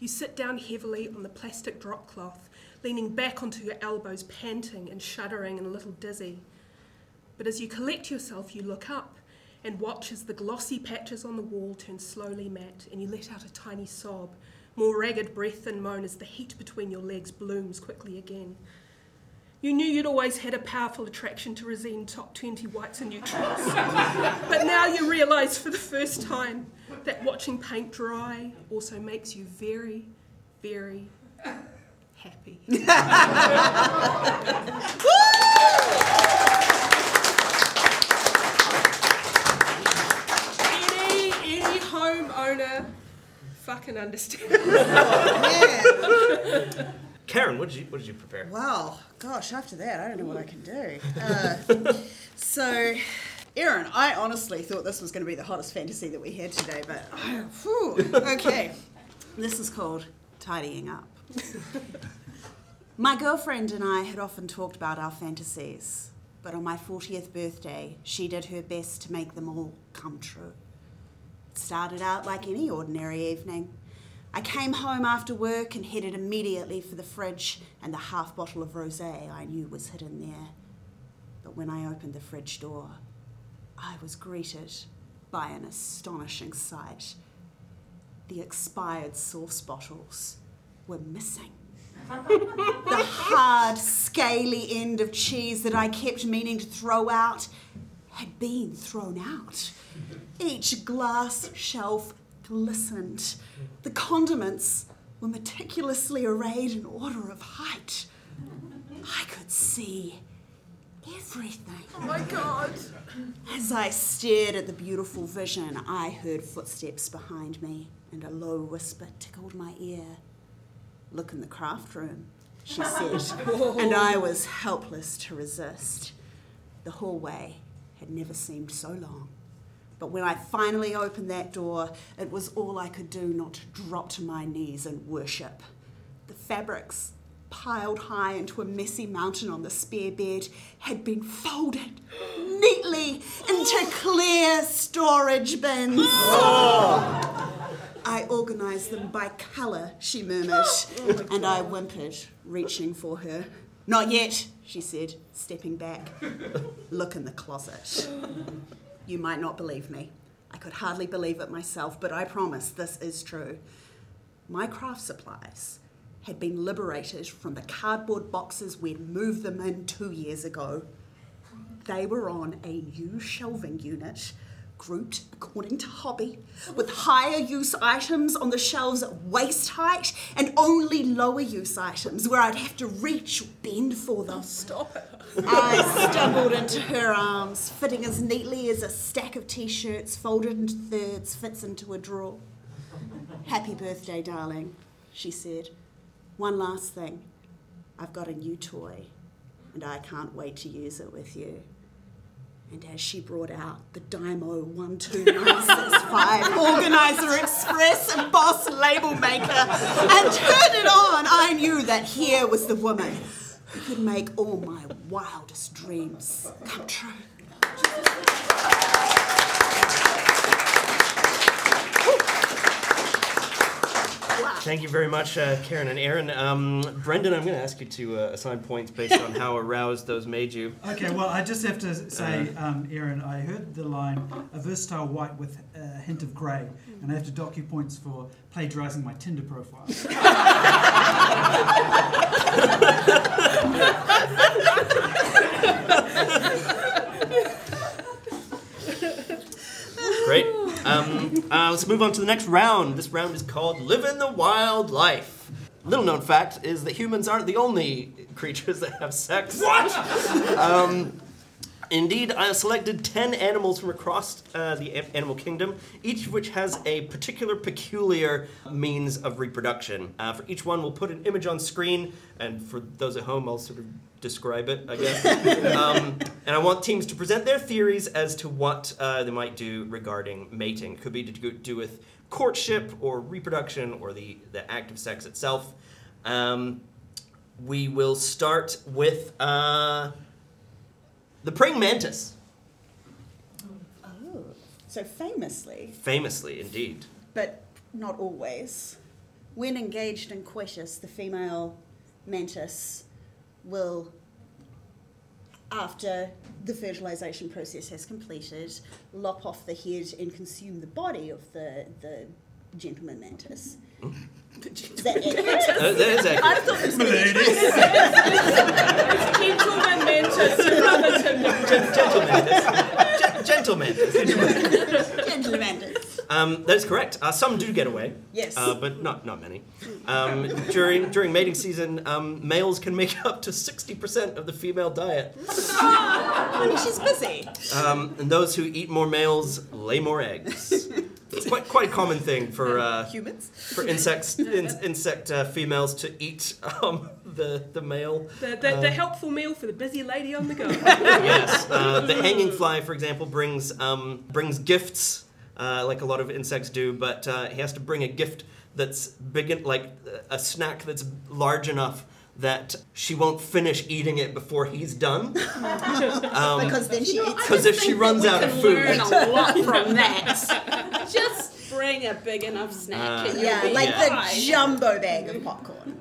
You sit down heavily on the plastic drop cloth, leaning back onto your elbows, panting and shuddering and a little dizzy. But as you collect yourself, you look up and watch as the glossy patches on the wall turn slowly matte, and you let out a tiny sob, more ragged breath and moan as the heat between your legs blooms quickly again. You knew you'd always had a powerful attraction to resin top 20 whites and neutrals. but now you realise for the first time that watching paint dry also makes you very, very happy. any, any homeowner fucking understands. Yeah. Karen, what did you what did you prepare? Wow. Gosh, after that, I don't know what I can do. Uh, so, Erin, I honestly thought this was going to be the hottest fantasy that we had today, but whew, okay. This is called tidying up. My girlfriend and I had often talked about our fantasies, but on my 40th birthday, she did her best to make them all come true. It started out like any ordinary evening. I came home after work and headed immediately for the fridge and the half bottle of rosé I knew was hidden there. But when I opened the fridge door, I was greeted by an astonishing sight. The expired sauce bottles were missing the hard, scaly end of cheese that I kept meaning to throw out had been thrown out. Each glass shelf glistened. The condiments were meticulously arrayed in order of height. I could see everything. Oh my god. As I stared at the beautiful vision, I heard footsteps behind me, and a low whisper tickled my ear. Look in the craft room, she said, and I was helpless to resist. The hallway had never seemed so long. But when I finally opened that door, it was all I could do not to drop to my knees and worship. The fabrics, piled high into a messy mountain on the spare bed, had been folded neatly into clear storage bins. I organised them by colour, she murmured, and I whimpered, reaching for her. Not yet, she said, stepping back. Look in the closet. You might not believe me. I could hardly believe it myself, but I promise this is true. My craft supplies had been liberated from the cardboard boxes we'd moved them in two years ago. They were on a new shelving unit, grouped according to hobby, with higher use items on the shelves at waist height and only lower use items where I'd have to reach or bend for them. Oh, Stop it. I stumbled into her arms, fitting as neatly as a stack of t shirts folded into thirds fits into a drawer. Happy birthday, darling, she said. One last thing. I've got a new toy, and I can't wait to use it with you. And as she brought out the Dymo 12965 Organizer Express and Boss Label Maker and turned it on, I knew that here was the woman who could make all my wildest dreams come true. Wow. Thank you very much, uh, Karen and Aaron. Um, Brendan, I'm going to ask you to uh, assign points based on how aroused those made you. Okay, well, I just have to say, um, Aaron, I heard the line a versatile white with a hint of grey, and I have to dock you points for plagiarising my Tinder profile. Great. Um, uh, let's move on to the next round. This round is called Living the Wild Life. Little known fact is that humans aren't the only creatures that have sex. What? um, indeed, I selected 10 animals from across uh, the a- animal kingdom, each of which has a particular, peculiar means of reproduction. Uh, for each one, we'll put an image on screen, and for those at home, I'll sort of describe it, I guess. um, and I want teams to present their theories as to what uh, they might do regarding mating. Could be to do- do with courtship or reproduction or the, the act of sex itself. Um, we will start with uh, the praying mantis, Oh, so famously, famously indeed. but not always, when engaged in coitus, the female mantis will, after the fertilization process has completed, lop off the head and consume the body of the, the gentleman mantis. Is that accurate? Uh, that is accurate. I thought it was gonna be- Gentleman mantis rather than Gen- gentle mantis. gentleman mantis. Um, that is correct. Uh, some do get away. Yes. Uh, but not not many. Um, during during mating season, um, males can make up to sixty percent of the female diet. I mean, she's busy. Um, and those who eat more males lay more eggs. It's quite quite a common thing for uh, Humans. for insects in, insect uh, females to eat um, the the male. the, the, Uh, the helpful meal for the busy lady on the go. Yes, uh, the hanging fly, for example, brings um, brings gifts uh, like a lot of insects do, but uh, he has to bring a gift that's big, en- like a snack that's large enough that she won't finish eating it before he's done. because then she eats. Because if she runs out of food, Learn a lot from that. Just bring a big enough snack. Uh, and you'll Yeah, be like the fine. jumbo bag of popcorn.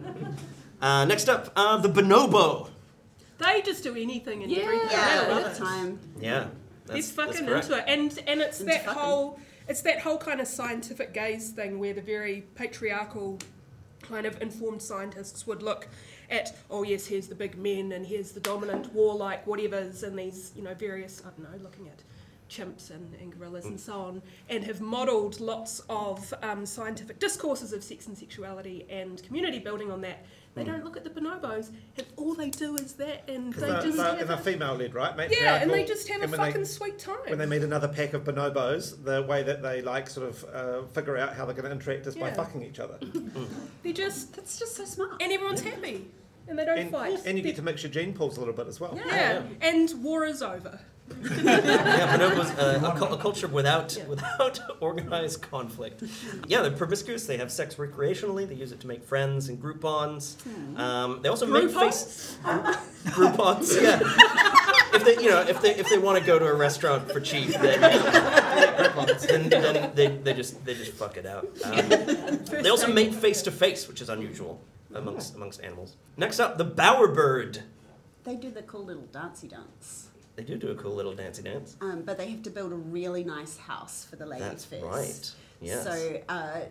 uh, next up, uh, the bonobo. they just do anything and Yeah. everything. Yeah, They all the love it. time. Yeah, that's, that's He's fucking correct. into it, and and it's Into that fucking. whole it's that whole kind of scientific gaze thing where the very patriarchal kind of informed scientists would look at oh yes here's the big men and here's the dominant warlike whatever's and these you know various I don't know looking at chimps and, and gorillas and so on and have modelled lots of um, scientific discourses of sex and sexuality and community building on that. They don't look at the bonobos and all they do Mm. is that and they They're, just they're, have they're a- female led, right? Mate? yeah and they just have a and when they- fucking sweet time. when they meet another pack of bonobos, the way that they like sort of uh, figure out how they're going to interact is by Yeah. fucking each other. They just That's just so smart. and everyone's happy and they don't And, fight. and you They- get to mix your gene pools a little bit as well. yeah. and war is over. Yeah, bonobos, uh, a, cul- a culture without without organized conflict. Yeah, they're promiscuous. They have sex recreationally. They use it to make friends and group bonds. Um, they also make face group bonds. Yeah. If they, you know, if they if they want to go to a restaurant for cheap, then, then, then they, they just they just fuck it out. Um, they also mate face to face, which is unusual amongst amongst animals. Next up, the bowerbird. They do the cool little dancey dance. They do do a cool little dancey dance. Um, but they have to build a really nice house for the ladies That's first. right. Yes. So uh,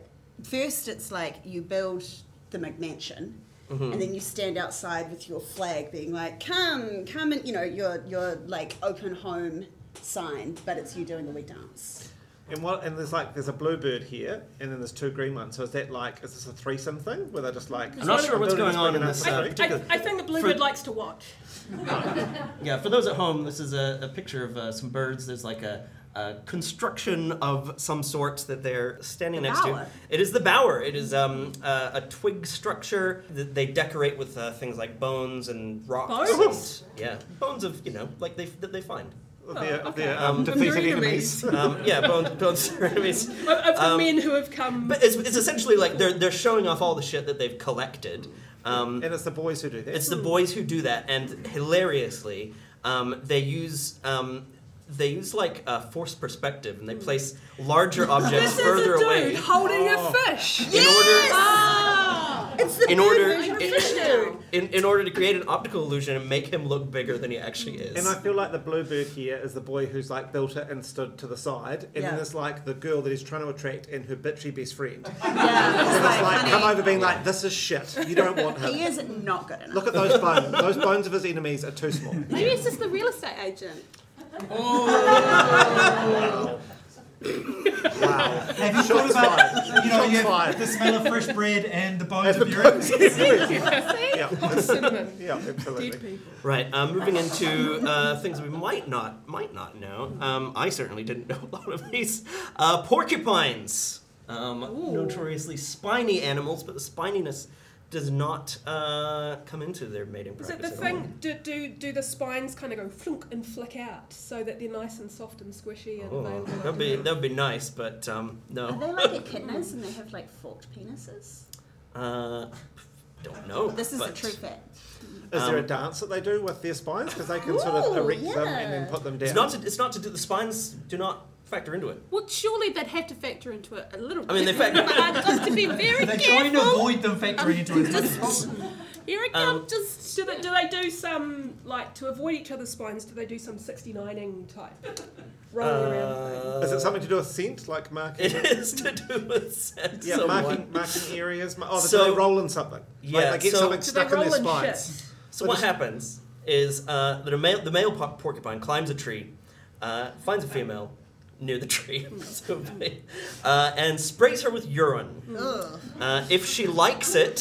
first, it's like you build the McMansion, Mm-hmm. and then you stand outside with your flag, being like, "Come, come!" and you know your your like open home sign, but it's you doing the wee dance. And what? And there's like there's a bluebird here, and then there's two green ones. So is that like is this a threesome thing where they're just like? I'm not sure what's going on in this, uh, I, I, Particular- I think the bluebird for- likes to watch. Yeah, for those at home, this is a, a picture of uh, some birds. There's like a, a construction of some sort that they're standing The next bower. to. It is the bower. It is um, uh, a twig structure that they decorate with uh, things like bones and rocks. Bones? and- yeah, bones of you know, like they that they find. of their, of okay. their um, From defeated their enemies. Um, yeah, bones, bones are enemies. Of, of the men who have come. But it's, it's essentially like they're they're showing off all the shit that they've collected. Um, and it's the boys who do that. Hmm. It's the boys who do that, and hilariously, um, they use um, they use like uh, forced perspective, and they place larger objects Hmm. this is further a dude away. holding a fish. In order, Ah! It's the in bird order, version of fish in, now. in, in order to create an optical illusion and make him look bigger than he actually is. Hmm. and I feel like the bluebird here is the boy who's like built it and stood to the side, and then Yeah. there's like the girl that he's trying to attract and her bitchy best friend. Yeah, it's It's like, like come honey, over being like, this is shit. You don't want he him. is not good enough. Look at those bones. Those bones of his enemies are too small. Maybe it's just the real estate agent. Wow. Have you thought Shots about fired. you know Shots you have fired. the smell of fresh bread and the bones As of your enemies? opposed to- See? yeah, that's- Cinnamon. yeah, Dead absolutely. people. Right. Um, moving into uh, things we might not might not know. Um, I certainly didn't know a lot of these. Uh, porcupines, um, notoriously spiny animals, but the spininess does not uh, come into their mating Is practice. it the at all. thing? Do, do do the spines kind of go flunk and flick out so that they're nice and soft and squishy and Oh, available? that'd be that'd be nice, but um, Are no. they like echidnas and they have like forked penises? Uh, don't know. This is a but- true fact. Is Um, there a dance that they do with their spines? Because they can sort of Ooh, erect them and then yeah. put them down. It's not. To, it's not to do. The spines do not factor into it. Well, surely they'd have to factor into it a little bit. I mean, they fact- But I've got to be very They're trying to careful. avoid them factoring into it as much as possible. Here it Um, comes. Just Do they, do they do some, like, to avoid each other's spines, do they do some 69ing type rolling around Uh, thing? Is it something to do with scent, like marking? It is to do with sense Yeah, of marking, marking areas. mar- Oh, they- So- they roll in something. Yeah, like they get so- something Do they stuck in roll their in spines. shit? So what happens is uh, that a male, the male por- porcupine climbs a tree, uh, finds a female near the tree, so big, uh, and sprays her with urine. Ugh. Uh, if she likes it,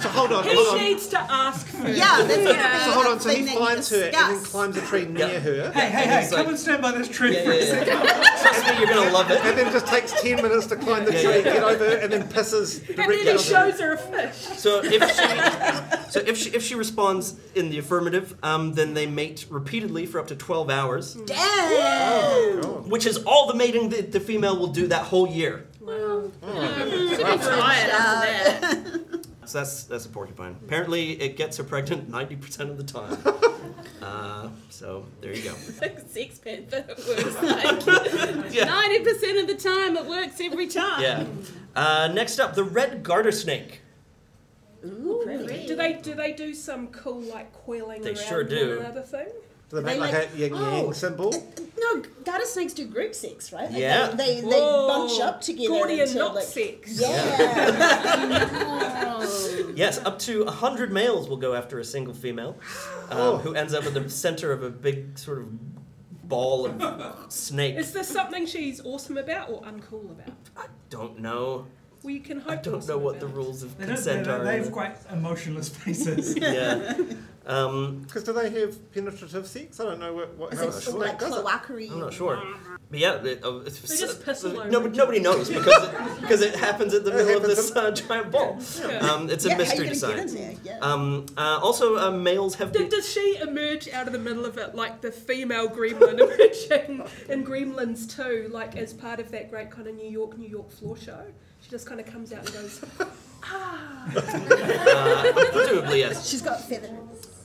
So hold on, hold He on. needs to ask first. Yeah, Uh, that's gonna be So hold on. a So thing he that you finds her and then discuss. climbs a tree near Yeah. her, Hey, hey, hey, It's come like- and stand by this tree yeah, for a yeah, second. yeah. trust me, you're gonna love it. and then just takes ten minutes to climb the Yeah, tree, yeah. get over, and then pisses And directly then he on her. shows her a fish. So if she, so if she, if she responds in the affirmative, um, then they mate repeatedly for up to twelve hours, Oh. Damn! which is all the mating that the female will do that whole year. should be tired after that. So that's that's a porcupine. Apparently, it gets her pregnant ninety percent of the time. uh, so there you go. Six Panther works like Yeah. ninety percent of the time. It works every time. Yeah. Uh, next up, the red garter snake. Ooh, Do they do they do some cool like coiling They around sure do. one another thing? Do they make They like, like- a yin yang oh. symbol? No, garter snakes do group sex, right? Like, Yeah. They, they, they Whoa. bunch up together. Gordian into, knot like, sex. Yeah. Yes, up to hundred males will go after a single female, um, Oh. who ends up at the center of a big sort of ball of snake. Is this something she's awesome about or uncool about? I don't know. Well, you can hope. I don't know awesome what the about. rules of They don't- They, consent don't- are. they have quite emotionless faces. yeah. Um, Because do they have penetrative sex? I don't know what, what Is how a it all, snake like does it. cloacery? I'm not sure. But yeah, they, uh, it's, They just piss all over nobody, each nobody knows because it, because it happens at the It middle of happens this uh, giant ball. Yeah. Um, it's a yeah, mystery to how are you gonna science. Get in there? Yeah. Um, uh, also, uh, males have. D- Been, does she emerge out of the middle of it like the female gremlin emerging in Gremlins too, like as part of that great kind of New York, New York floor show? She just kind of comes out and goes, uh, presumably, yes. She's got feathers.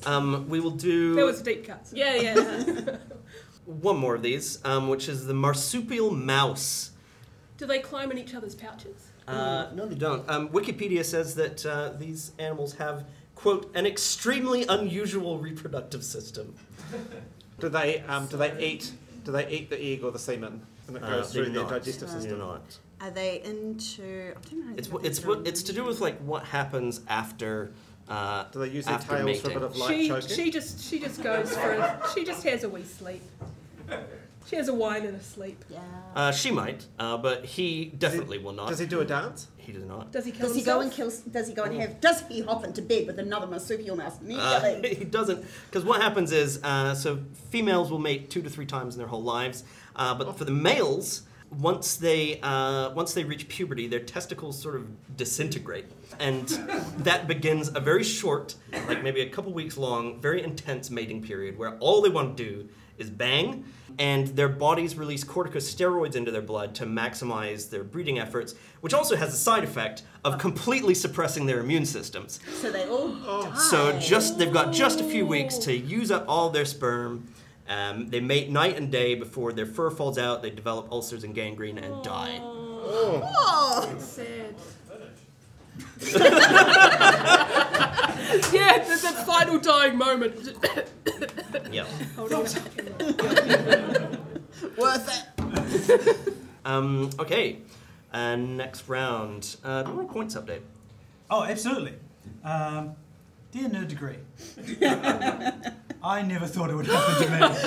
Um, we will there do was deep cuts. Yeah, yeah. one more of these, um, which is the marsupial mouse. Do they climb in each other's pouches? Uh, no, they don't. Um, Wikipedia says that uh, these animals have quote, an extremely unusual reproductive system. Do they um, do they eat do they eat the egg or the semen? Uh, And Uh, it goes through their digestive Uh, They're system. not. Are they into? I don't know. It's what what- it's they're what into. it's to do with like what happens after. Uh, Do they use their after tails mating. for a bit of light She, choking? she just she just goes for a, she just has a wee sleep. She has a wine and a sleep. Yeah. Uh, she might, uh, but he definitely will not. Does he do a dance? He does not. Does he kill Does he himself? go and kill? Does he go and have? Does he hop into bed with another marsupial mouse Uh, immediately? he doesn't, because what happens is, uh, so females will mate two to three times in their whole lives, uh, but for the males, once they uh, once they reach puberty, their testicles sort of disintegrate, and that begins a very short, like maybe a couple weeks long, very intense mating period where all they want to do is bang, and their bodies release corticosteroids into their blood to maximize their breeding efforts, which also has the side effect of completely suppressing their immune systems. so they all die. So just they've got just a few weeks to use up all their sperm. Um, they mate night and day before their fur falls out. They develop ulcers and gangrene and die. Oh, Sad. yeah, there's that final dying moment. Yeah. worth it. Um, okay. Uh, next round. Uh, do you want a points update? Oh, absolutely. Um, dear Nerd Degree, I never thought it would happen to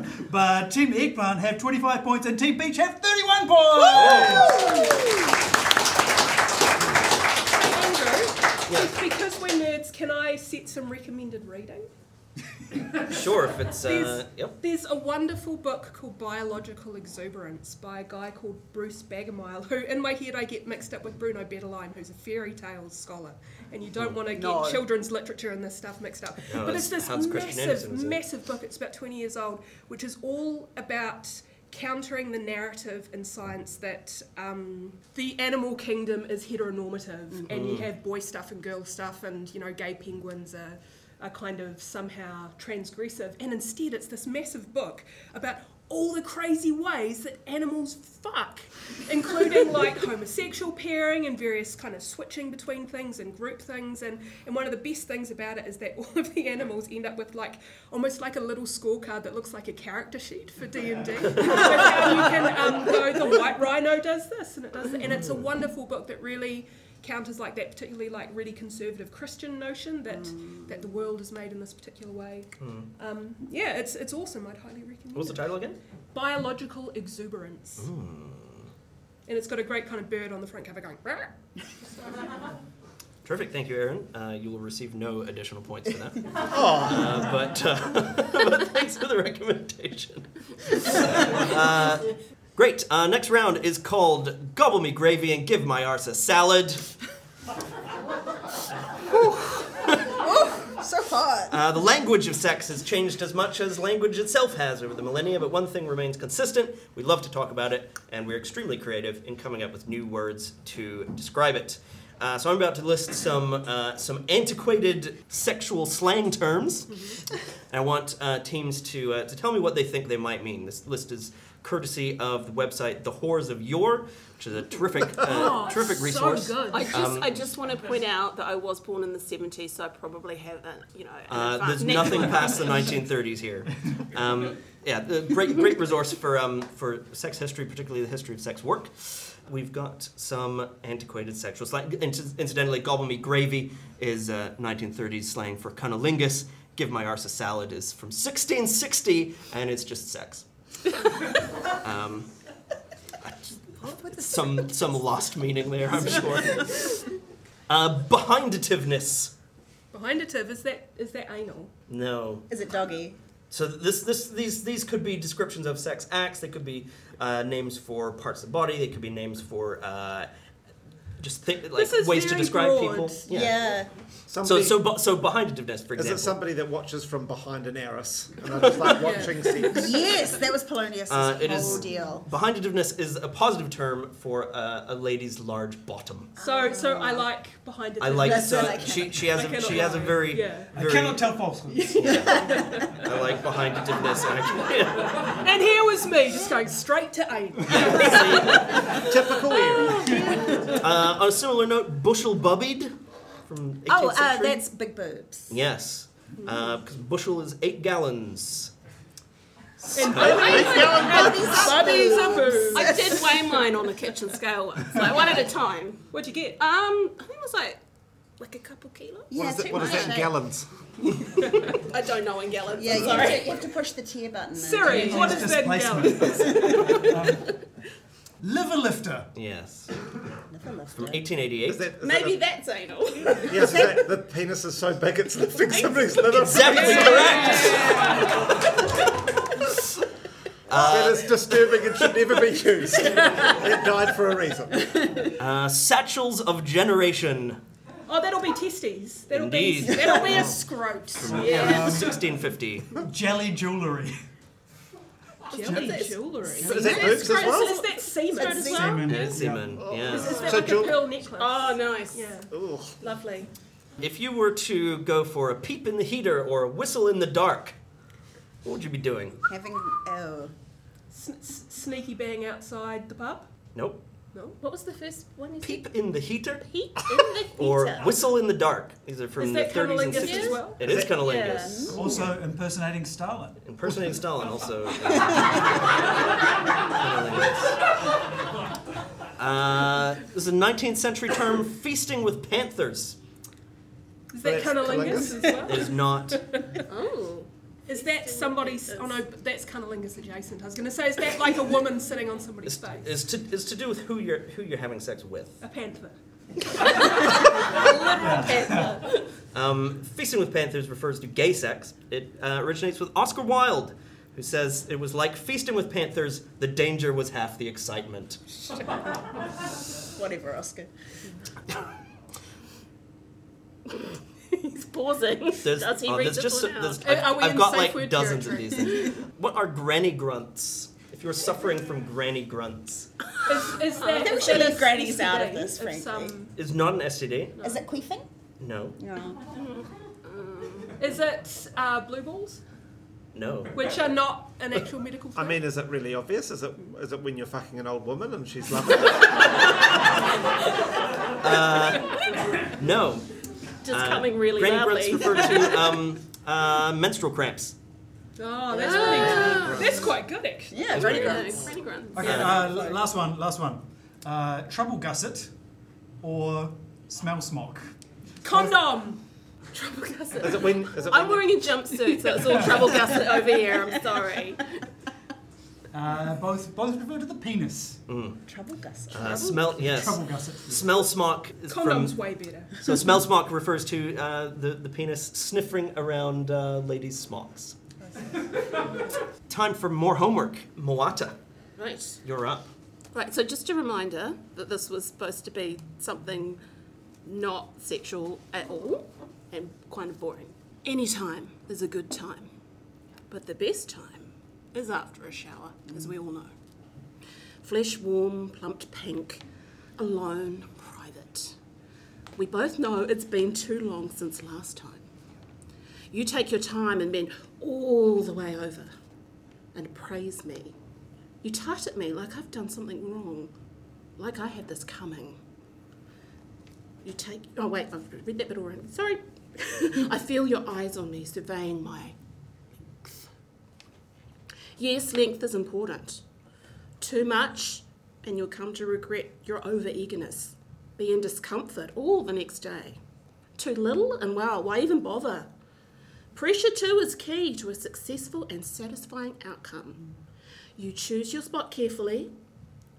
me. but Team Eggplant have 25 points and Team Peach have 31 points! Andrew, because we're nerds, can I set some recommended reading? Sure. If it's Please. uh, yep. There's a wonderful book called Biological Exuberance by a guy called Bruce Bagamile, who in my head I get mixed up with Bruno Betteline, who's a fairy tales scholar. And you Hmm. don't want to get No. children's literature and this stuff mixed up. No, but it's Oh, that's this Hans Christian Andersen, massive, isn't it? massive book. It's about 20 years old, which is all about countering the narrative in science that um, the animal kingdom is heteronormative and Mm. you have boy stuff and girl stuff and you know gay penguins are, are kind of somehow transgressive and instead it's this massive book about all the crazy ways that animals fuck including like homosexual pairing and various kind of switching between things and group things and, and one of the best things about it is that all of the animals end up with like almost like a little scorecard that looks like a character sheet for D&D with how you can um, go the white rhino does this and it does that and it's a wonderful book that really counters like that particularly like really conservative Christian notion that that the world is made in this particular way um, yeah it's it's awesome I'd highly recommend What was it the title again? biological exuberance. And it's got a great kind of bird on the front cover going. "Rah." Terrific. Thank you, Aaron. Uh, you will receive no additional points for that. Uh, but, uh, but thanks for the recommendation. Uh, great. Uh, next round is called Gobble Me Gravy and Give My Arse a Salad. So hot. Uh, the language of sex has changed as much as language itself has over the millennia, but one thing remains consistent. We love to talk about it, and we're extremely creative in coming up with new words to describe it. Uh, so I'm about to list some uh, some antiquated sexual slang terms, Mm-hmm. and I want uh, teams to uh, to tell me what they think they might mean. This list is courtesy of the website The Whores of Yore, which is a terrific uh, terrific resource. Oh, So good. I just, Um, I just want to point out that I was born in the 70s, so I probably have a, you know. an Uh, advanced there's neck nothing wound. past the 1930s here. Um, yeah, the great great resource for um, for sex history, particularly the history of sex work. We've got some antiquated sexual slang. Inci- Incidentally, gobble me gravy is uh, 1930s slang for cunnilingus. Give my arse a salad is from 1660, and it's just sex. um, some some lost meaning there, I'm sure. Uh, behinditiveness. Behind a tiv is that is that anal? No, Is it doggy? So th- this, this, these, these could be descriptions of sex acts. They could be uh, names for parts of the body. They could be names for uh, just thi- like This is ways to very describe broad. people. Yeah. So Somebody, so bu- so behinditiveness, for is example. it somebody that watches from behind an arras? And I just like watching sex. Yes, that was Polonius' Uh, it whole is- deal. Behinditiveness is a positive term for uh, a lady's large bottom. So so I like behind a I tiv. like That's so it, I cannot- she she has I a cannot she has a lie. very Yeah. I very cannot tell falsehoods. I like behinditiveness actually. And here was me just going straight to anal. Typical era. Uh, on a similar note, bushel bubbied, from 18th Oh, uh, century? that's Big Boobs. Yes, because bushel is eight gallons. Babies are boobs. I did weigh mine on the kitchen scale once, like one at a time. What'd you get? Um, I think it was like like a couple kilos. Yeah, What is, it, too what is much. that in gallons? I don't know in gallons. Yeah, I'm you have, sorry. to, you have to push the tear button. in. Sorry, what is that in gallons? Liver lifter. Yes, Never left from it. 1888. Is that, is Maybe that that's anal. a, yes, is that, the penis is so big it's lifting somebody's liver. exactly correct. That is disturbing and should never be used. it died for a reason. Uh, satchels of generation. Oh, that'll be testes. That'll Indeed. be that'll be a scrote. Yeah. 1650. Jelly jewellery. Jelly jewellery. But Is that boobs as So well? is that semen? as Is well? Semen. Yeah, semen. Yeah. that So like jewel- a pearl necklace? Oh, nice. yeah. Ooh. Lovely. If you were to go for a peep in the heater or a whistle in the dark, what would you be doing? Having oh, Sn- s- sneaky bang outside the pub. Nope. No. What was the first one you said? Peep in the heater Peep in the or heater. whistle in the dark. These are from Is the that 30s and cunnilingus 60s. as well? It is cunnilingus. Also impersonating Stalin. Impersonating Stalin also. is- uh, this is a 19th century term, feasting with panthers. Is That's that cunnilingus as well? It is not. Oh. Is that somebody's? Oh no, but that's cunnilingus adjacent. I was going to say, is that like a woman sitting on somebody's It's, face? it's, to, it's to do with who you're who you're having sex with. A panther. Um, feasting with panthers refers to gay sex. It uh, originates with Oscar Wilde, who says it was like feasting with panthers. The danger was half the excitement. whatever, Oscar. He's pausing. There's, Does he oh, read there's this just one out? there's, out? I've, Are we I've in got safe like word dozens of these things. What are granny grunts? If you're suffering from granny grunts, Is, is that, think we is should that a leave grannies out of STD this, frankly. some- is not an STD. Is it queefing? No, No. is it uh, blue balls, no. which are not an actual medical? I thing? mean, is it really obvious? Is it is it when you're fucking an old woman and she's loving it? No. Just Uh, coming really granny loudly. grunts refer to um, uh, menstrual cramps. oh, that's really that's quite good actually. Yeah, That's ready pretty to good. go. Granny grunts. Okay, uh, l- last one, last one. Uh, trouble gusset or smell smock. Condom. Trouble gusset. Is it when is it I'm when, wearing a jumpsuit, so it's all trouble gusset over here. I'm sorry. Uh, both both refer to the penis. Trouble gusset. Uh, smell yes. Trouble gusset. Smell smock is from Condom's way better. So smell smock refers to uh, the, the penis sniffing around uh, ladies' smocks. Time for more homework. Moata, Right. you're up. Right, so just a reminder that this was supposed to be something not sexual at all and kind of boring. Any time is a good time, but the best time is after a shower, as we all know. Flesh warm, plumped pink, alone, private. We both know it's been too long since last time. You take your time and bend all the way over and praise me you tart at me like I've done something wrong, like I had this coming. You take. Oh, wait, I've read that bit all wrong. Sorry. I feel your eyes on me, surveying my length. Yes, length is important. Too much, and you'll come to regret your over eagerness, be in discomfort all the next day. Too little, and wow, why even bother? Pressure, too, is key to a successful and satisfying outcome. You choose your spot carefully,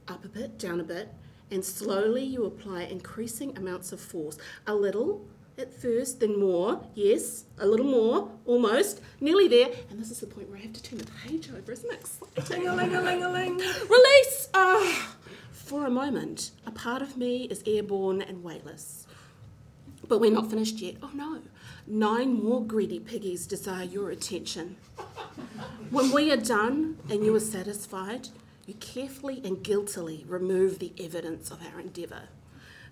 up a bit, down a bit, and slowly you apply increasing amounts of force. A little at first, then more, yes, a little more, almost, nearly there. And this is the point where I have to turn the page over, isn't it exciting? Release! Ah! for a moment, a part of me is airborne and weightless. But we're not finished yet. Oh no. Nine more greedy piggies desire your attention. When we are done and you are satisfied, you carefully and guiltily remove the evidence of our endeavour.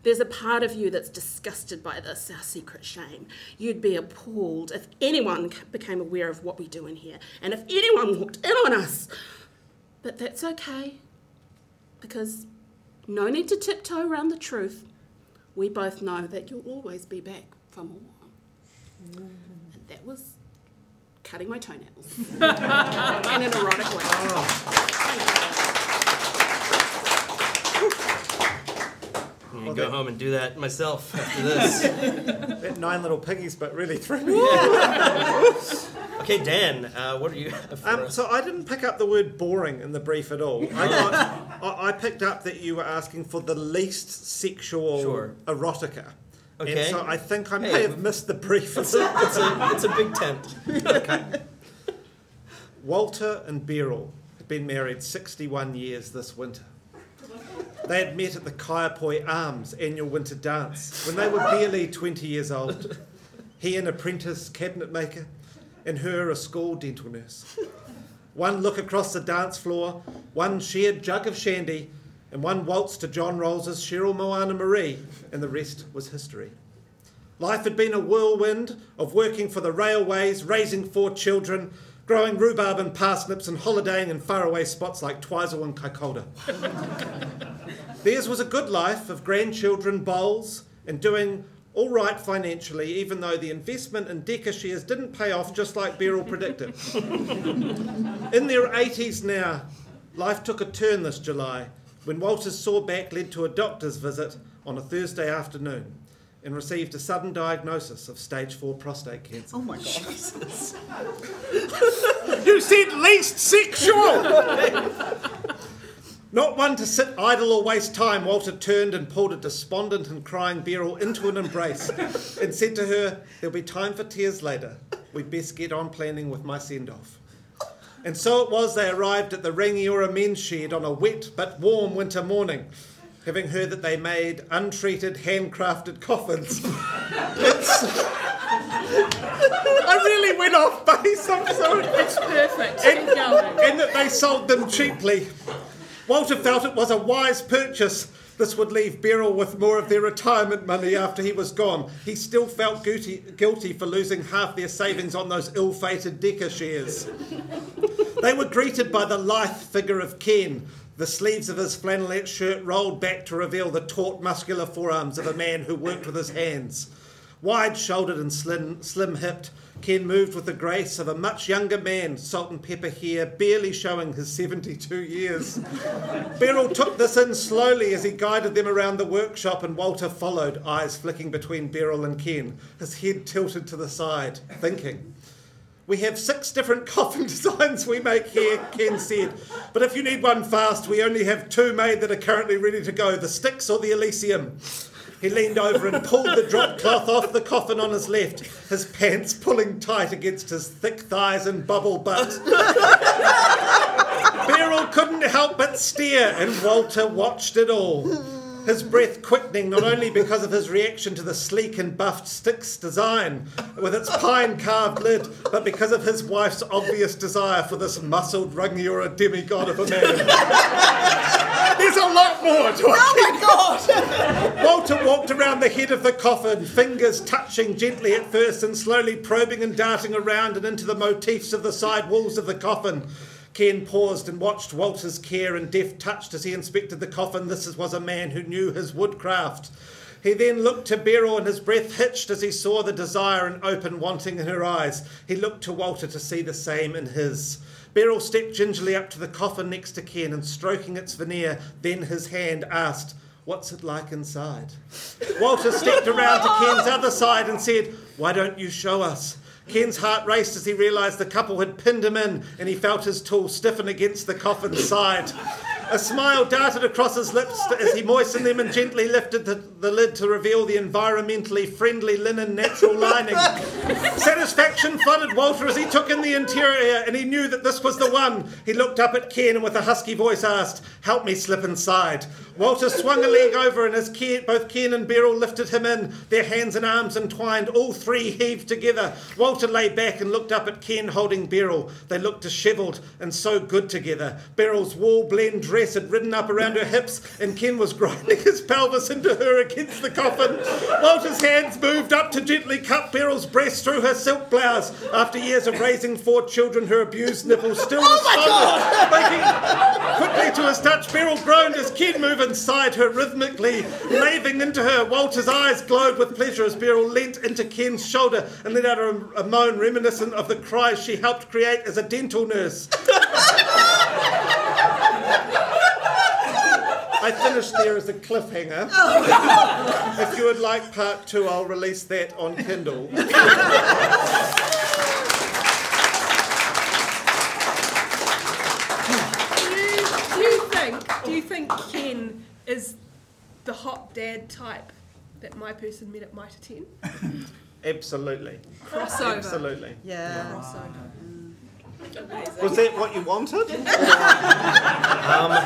There's a part of you that's disgusted by this, our secret shame. You'd be appalled if anyone c- became aware of what we do in here and if anyone walked in on us. But that's okay, because no need to tiptoe around the truth. we both know that you'll always be back for more. And that was cutting my toenails in an erotic way. I'm gonna go home and do that myself after this. That nine little piggies, but really threw me. okay, Dan, uh, what are you? For Um, us? so I didn't pick up the word boring in the brief at all. I, got, I, I picked up that you were asking for the least sexual Sure. erotica. And Okay. so I think I may Hey. have missed the brief. it's, a, it's, a, it's a big tent. Walter and Beryl had been married 61 years this winter. They had met at the Kaiapoi Arms annual winter dance when they were barely 20 years old. He an apprentice cabinet maker, and her a school dental nurse. One look across the dance floor, one shared jug of shandy, and one waltz to John Rolls's Cheryl Moana Marie, and the rest was history. Life had been a whirlwind of working for the railways, raising four children, growing rhubarb and parsnips, and holidaying in faraway spots like Twizel and Kaikolda. Theirs was a good life of grandchildren, bowls, and doing all right financially, even though the investment in Decker shares didn't pay off just like Beryl predicted. In their 80s now, life took a turn this July when Walter's sore back led to a doctor's visit on a Thursday afternoon and received a sudden diagnosis of stage 4 prostate cancer. Oh my god. You said least sexual! Not one to sit idle or waste time, Walter turned and pulled a despondent and crying Beryl into an embrace and said to her, There'll be time for tears later. We'd best get on planning with my send off. And so it was they arrived at the Rangiora men's shed on a wet but warm winter morning, having heard that they made untreated, handcrafted coffins. It's- I really went off base, I'm sorry. It's perfect. And- Keep going. and that they sold them cheaply. Walter felt it was a wise purchase. This would leave Beryl with more of their retirement money after he was gone. He still felt guilty, guilty for losing half their savings on those ill fated Decker shares. They were greeted by the lithe figure of Ken, the sleeves of his flannelette shirt rolled back to reveal the taut, muscular forearms of a man who worked with his hands. Wide shouldered and slim, slim hipped, Ken moved with the grace of a much younger man, salt and pepper hair barely showing his 72 years. Beryl took this in slowly as he guided them around the workshop, and Walter followed, eyes flicking between Beryl and Ken, his head tilted to the side, thinking. We have six different coffin designs we make here, Ken said. But if you need one fast, we only have two made that are currently ready to go the Styx or the Elysium. He leaned over and pulled the drop cloth off the coffin on his left, his pants pulling tight against his thick thighs and bubble butt. Beryl couldn't help but stare, and Walter watched it all. His breath quickening not only because of his reaction to the sleek and buffed Styx design with its pine carved lid, but because of his wife's obvious desire for this muscled Rangiora demigod of a man. There's a lot more to it. Oh my god! Walter walked around the head of the coffin, fingers touching gently at first and slowly probing and darting around and into the motifs of the side walls of the coffin. Ken paused and watched Walter's care and deft touch as he inspected the coffin. This was a man who knew his woodcraft. He then looked to Beryl and his breath hitched as he saw the desire and open wanting in her eyes. He looked to Walter to see the same in his. Beryl stepped gingerly up to the coffin next to Ken and stroking its veneer, then his hand asked, What's it like inside? Walter stepped around to Ken's other side and said, Why don't you show us? Ken's heart raced as he realised the couple had pinned him in and he felt his tool stiffen against the coffin's side. A smile darted across his lips as he moistened them and gently lifted the, the lid to reveal the environmentally friendly linen natural lining. Satisfaction flooded Walter as he took in the interior and he knew that this was the one. He looked up at Ken and with a husky voice asked, Help me slip inside. Walter swung a leg over and as Ken, both Ken and Beryl lifted him in, their hands and arms entwined, all three heaved together. Walter lay back and looked up at Ken holding Beryl. They looked dishevelled and so good together. Beryl's wool blend dress dress had ridden up around her hips, and Ken was grinding his pelvis into her against the coffin. Walter's hands moved up to gently cut Beryl's breast through her silk blouse. After years of raising four children, her abused nipple still responded, making quickly to his touch. Beryl groaned as Ken moved inside her rhythmically, laving into her. Walter's eyes glowed with pleasure as Beryl leant into Ken's shoulder and let out a, a moan reminiscent of the cries she helped create as a dental nurse. I finished there as a cliffhanger. if you would like part two, I'll release that on Kindle. Do you, do you think? Do you think Ken is the hot dad type that my person met at Mitre Ten? Absolutely. Crossover. Absolutely. Yeah. Crossover. Was that what you wanted?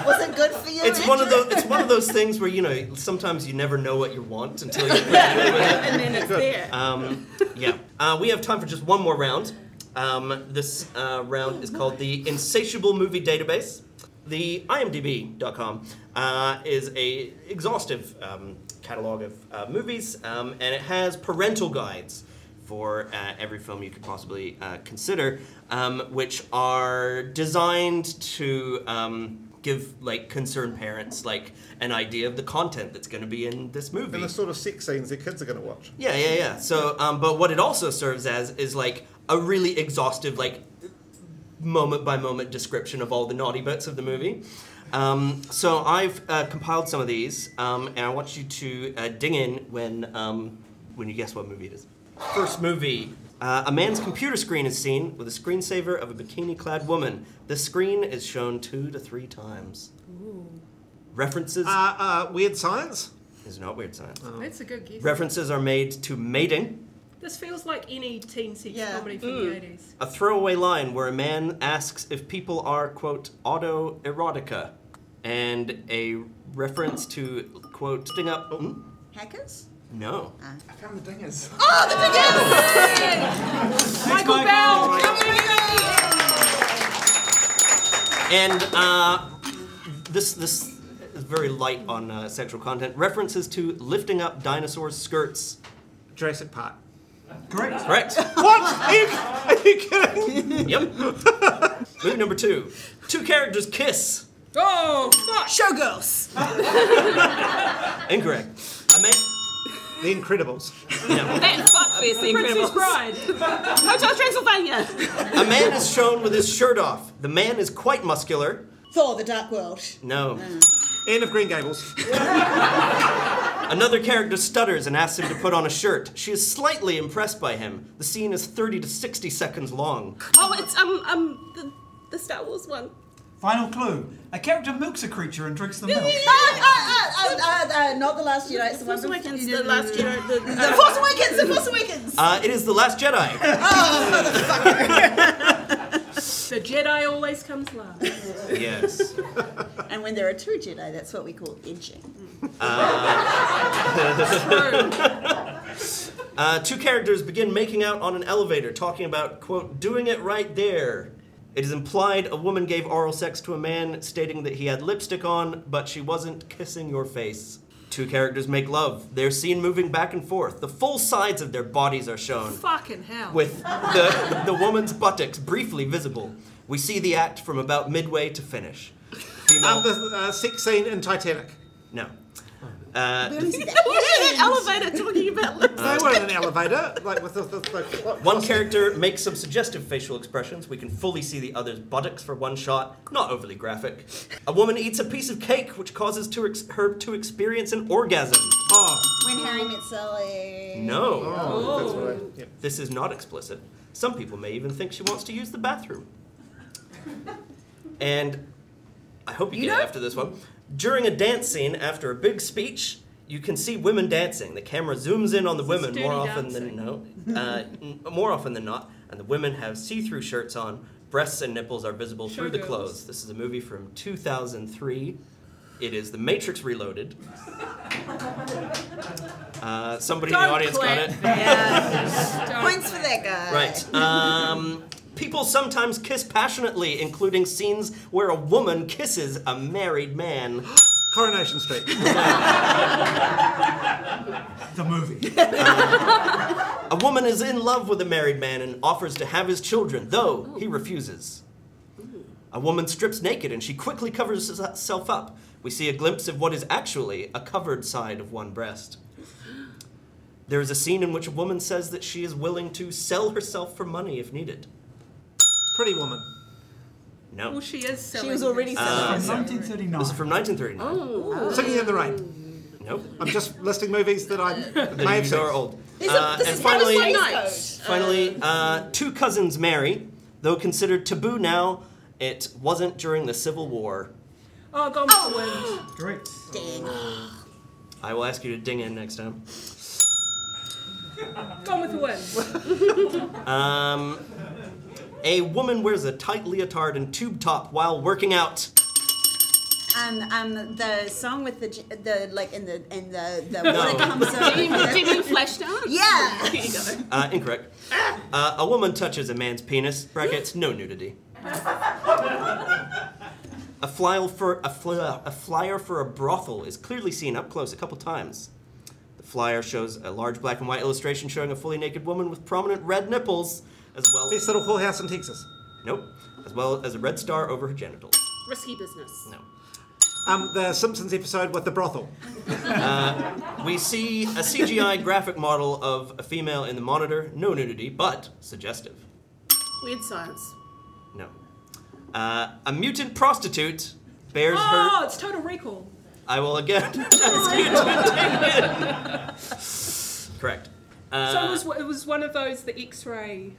Was it good for you? It's one of those. It's one of those things where you know sometimes you never know what you want until you. and And then it's there. Um, yeah. Uh, we have time for just one more round. Um, this uh, round is called the Insatiable Movie Database. The IMDb.com uh, is a exhaustive um, catalog of uh, movies, um, and it has parental guides for uh, every film you could possibly uh, consider, um, which are designed to um, give like concerned parents like an idea of the content that's going to be in this movie. And the sort of sex scenes that kids are going to watch. Yeah, yeah, yeah. So, um, but what it also serves as is like a really exhaustive, like moment by moment description of all the naughty bits of the movie. Um, so I've uh, compiled some of these, um, and I want you to uh, ding in when um, when you guess what movie it is. First movie. Uh, a man's computer screen is seen with a screensaver of a bikini-clad woman. The screen is shown two to three times. References Uh, uh, weird science? is not weird science. That's a good guess. References are made to mating, This feels like any teen sex Yeah. comedy from the eighties. A throwaway line where a man asks if people are, quote, auto erotica, and a reference to, quote, sting up. hmm? Hackers? No. I found the dingers. Oh, the big Michael Bell. And uh, this, this is very light on uh, sexual content. References to lifting up dinosaurs' skirts. Jurassic Park. Great. Correct. What? Are you, are you kidding? yep. Movie number two. Two characters kiss. Oh fuck! Showgirls. Incorrect. A man. The Incredibles. That fuck face the Princess Incredibles. Bride. Hotel Transylvania. A man is shown with his shirt off. The man is quite muscular. Thor, the Dark World. No. Anne of Green Gables. Another character stutters and asks him to put on a shirt. She is slightly impressed by him. The scene is 30 to 60 seconds long. Oh, it's um um the, the Star Wars one. Final clue. A character milks a creature and drinks the milk. Uh, uh, uh, uh, uh, not the last Jedi. It's the one Force from Awakens, the last Jedi. The, The Force Awakens. The Force Awakens. Uh, it is The Last Jedi. The Jedi always comes last. yes. And when there are two Jedi, that's what we call edging. Uh, two characters begin making out on an elevator, talking about, quote, doing it right there. It is implied a woman gave oral sex to a man, stating that he had lipstick on, but she wasn't kissing your face. Two characters make love. They're seen moving back and forth. The full sides of their bodies are shown. Fucking hell. with the, the woman's buttocks briefly visible. We see the act from about midway to finish. Um, Female, the uh, sex scene in Titanic. no. Uh, an elevator talking about lips. They were in an elevator, like with the, the, the- what- one character makes some suggestive facial expressions. We can fully see the other's buttocks for one shot. Not overly graphic. A woman eats a piece of cake, which causes to ex- her to experience an orgasm. When Harry met Sally. Oh. No, That's what I- yeah. this is not explicit. Some people may even think she wants to use the bathroom. And I hope you, You get it know- after this one. During a dance scene, after a big speech, you can see women dancing. The camera zooms in on the women dirty more often than no, uh, n- more often than not, and the women have see-through shirts on. Breasts and nipples are visible through the Showgirls. clothes. This is a movie from 2003. It is The Matrix Reloaded. Uh, somebody in Don't the audience got clap. it. Yeah. Don't- Points for that guy. Right. Um, People sometimes kiss passionately, including scenes where a woman kisses a married man. Coronation Street. The movie. A woman is in love with a married man and offers to have his children, though he refuses. A woman strips naked and she quickly covers herself up. We see a glimpse of what is actually a covered side of one breast. There is a scene in which a woman says that she is willing to sell herself for money if needed. Pretty Woman. No. Well, she is selling. She was already this. selling. Um, From herself. 1939. This is from 1939. Singing in the Rain. No. I'm just listing movies that I may have These seen. are old. This is- Uh, this and is finally, Amazon nice. code. Finally, uh, two cousins marry, though considered taboo now. It wasn't during the Civil War. Oh, gone with the wind. Correct. Dang. I will ask you to ding in next time. Gone with the wind. Um, a woman wears a tight leotard and tube top while working out. Um, um, the song with the j- the like in the in the the No. water comes Demon, over. demon flesh dance? Yeah. There you go. Uh, incorrect. Uh, a woman touches a man's penis. Brackets. No nudity. A flyer for a, fly, a flyer for a brothel is clearly seen up close a couple times. The flyer shows a large black and white illustration showing a fully naked woman with prominent red nipples, as well. Best little whorehouse in Texas. Nope. As well as a red star over her genitals. Risky business. No. Um, the Simpsons episode with the brothel. We see a CGI graphic model of a female in the monitor. No nudity, but suggestive. Weird science. No. Uh, a mutant prostitute bears Oh, her. it's Total Recall. I will again ask you to Oh! take it. Correct. so it Uh, was, it was one of those the X-ray,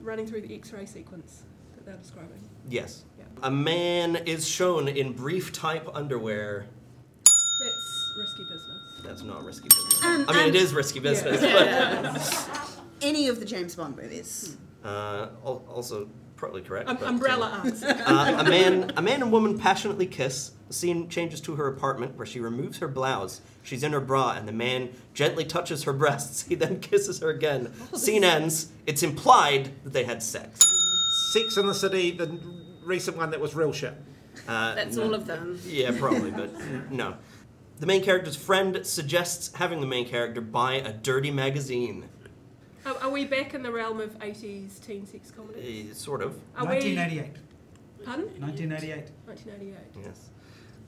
running through the X-ray sequence that they're describing. yes. Yeah. A man is shown in brief type underwear. That's risky business. That's not risky business. Um, I mean, um, it is risky business, Any of the James Bond movies. but uh, al- also probably correct. Um, but, uh, umbrella answer. Uh, a man, a man and woman passionately kiss. The scene changes to her apartment, where she removes her blouse. She's in her bra, and the man gently touches her breasts. He then kisses her again. Scene ends. It's implied that they had sex. Sex in the City, the recent one that was real shit. That's all of them. Uh, Yeah, probably, but n- no. The main character's friend suggests having the main character buy a dirty magazine. are, are we back in the realm of 80s teen sex comedy? Eh, sort of. Are we? 1988. Pardon? 1988. 1988. Yes.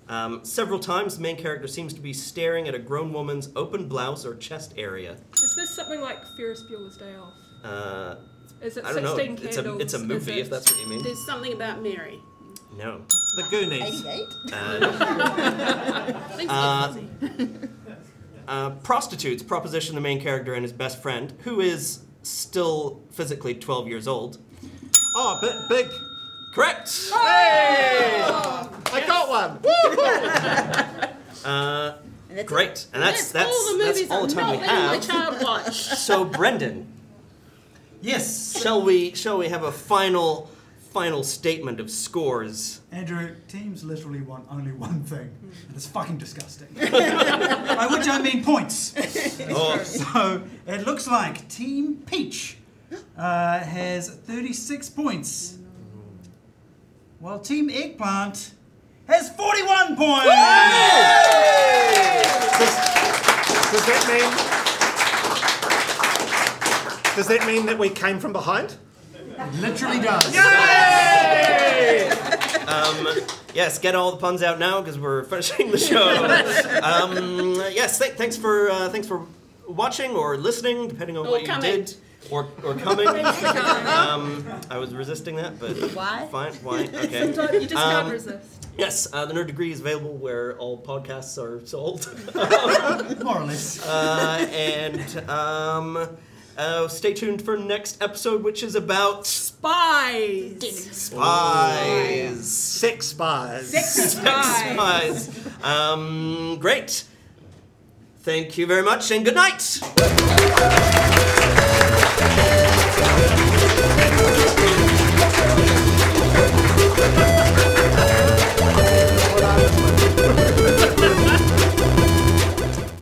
Um, several times, the main character seems to be staring at a grown woman's open blouse or chest area. Is this something like Ferris Bueller's Day Off? Uh, Is it I don't know. 16 It's a, candles? it's a Is movie, it- if that's what you mean. There's something about Mary. No. The Goonies. 88. Uh, I think Uh, it's uh, prostitutes proposition the main character and his best friend, who is still physically 12 years old. Oh, but big. Correct! I got one. Woo! Uh, And that's it. great. And that's, that's, all the movies that's all the time I'm we not letting have. my child watch. So, Brendan, Yes. shall we, shall we have a final, final statement of scores? Andrew, teams literally want only one thing, and it's fucking disgusting. By which I mean points. Oh. So it looks like Team Peach uh, has 36 points, while Team Eggplant has 41 points. Does, does that mean? Does that mean that we came from behind? Literally does. Yes, get all the puns out now because we're finishing the show. um, yes, th- thanks for uh, thanks for watching or listening, depending on Or what coming. you did or or coming. um, I was resisting that, but Why? Fine, why? Okay. Sometimes you just Um, can't resist. Yes, uh, the Nerd Degree is available where all podcasts are sold, More or less. uh, and um, uh, stay tuned for next episode, which is about Spies. spies. Sex spies. Spies. Spies. Um, great. Thank you very much, and good night.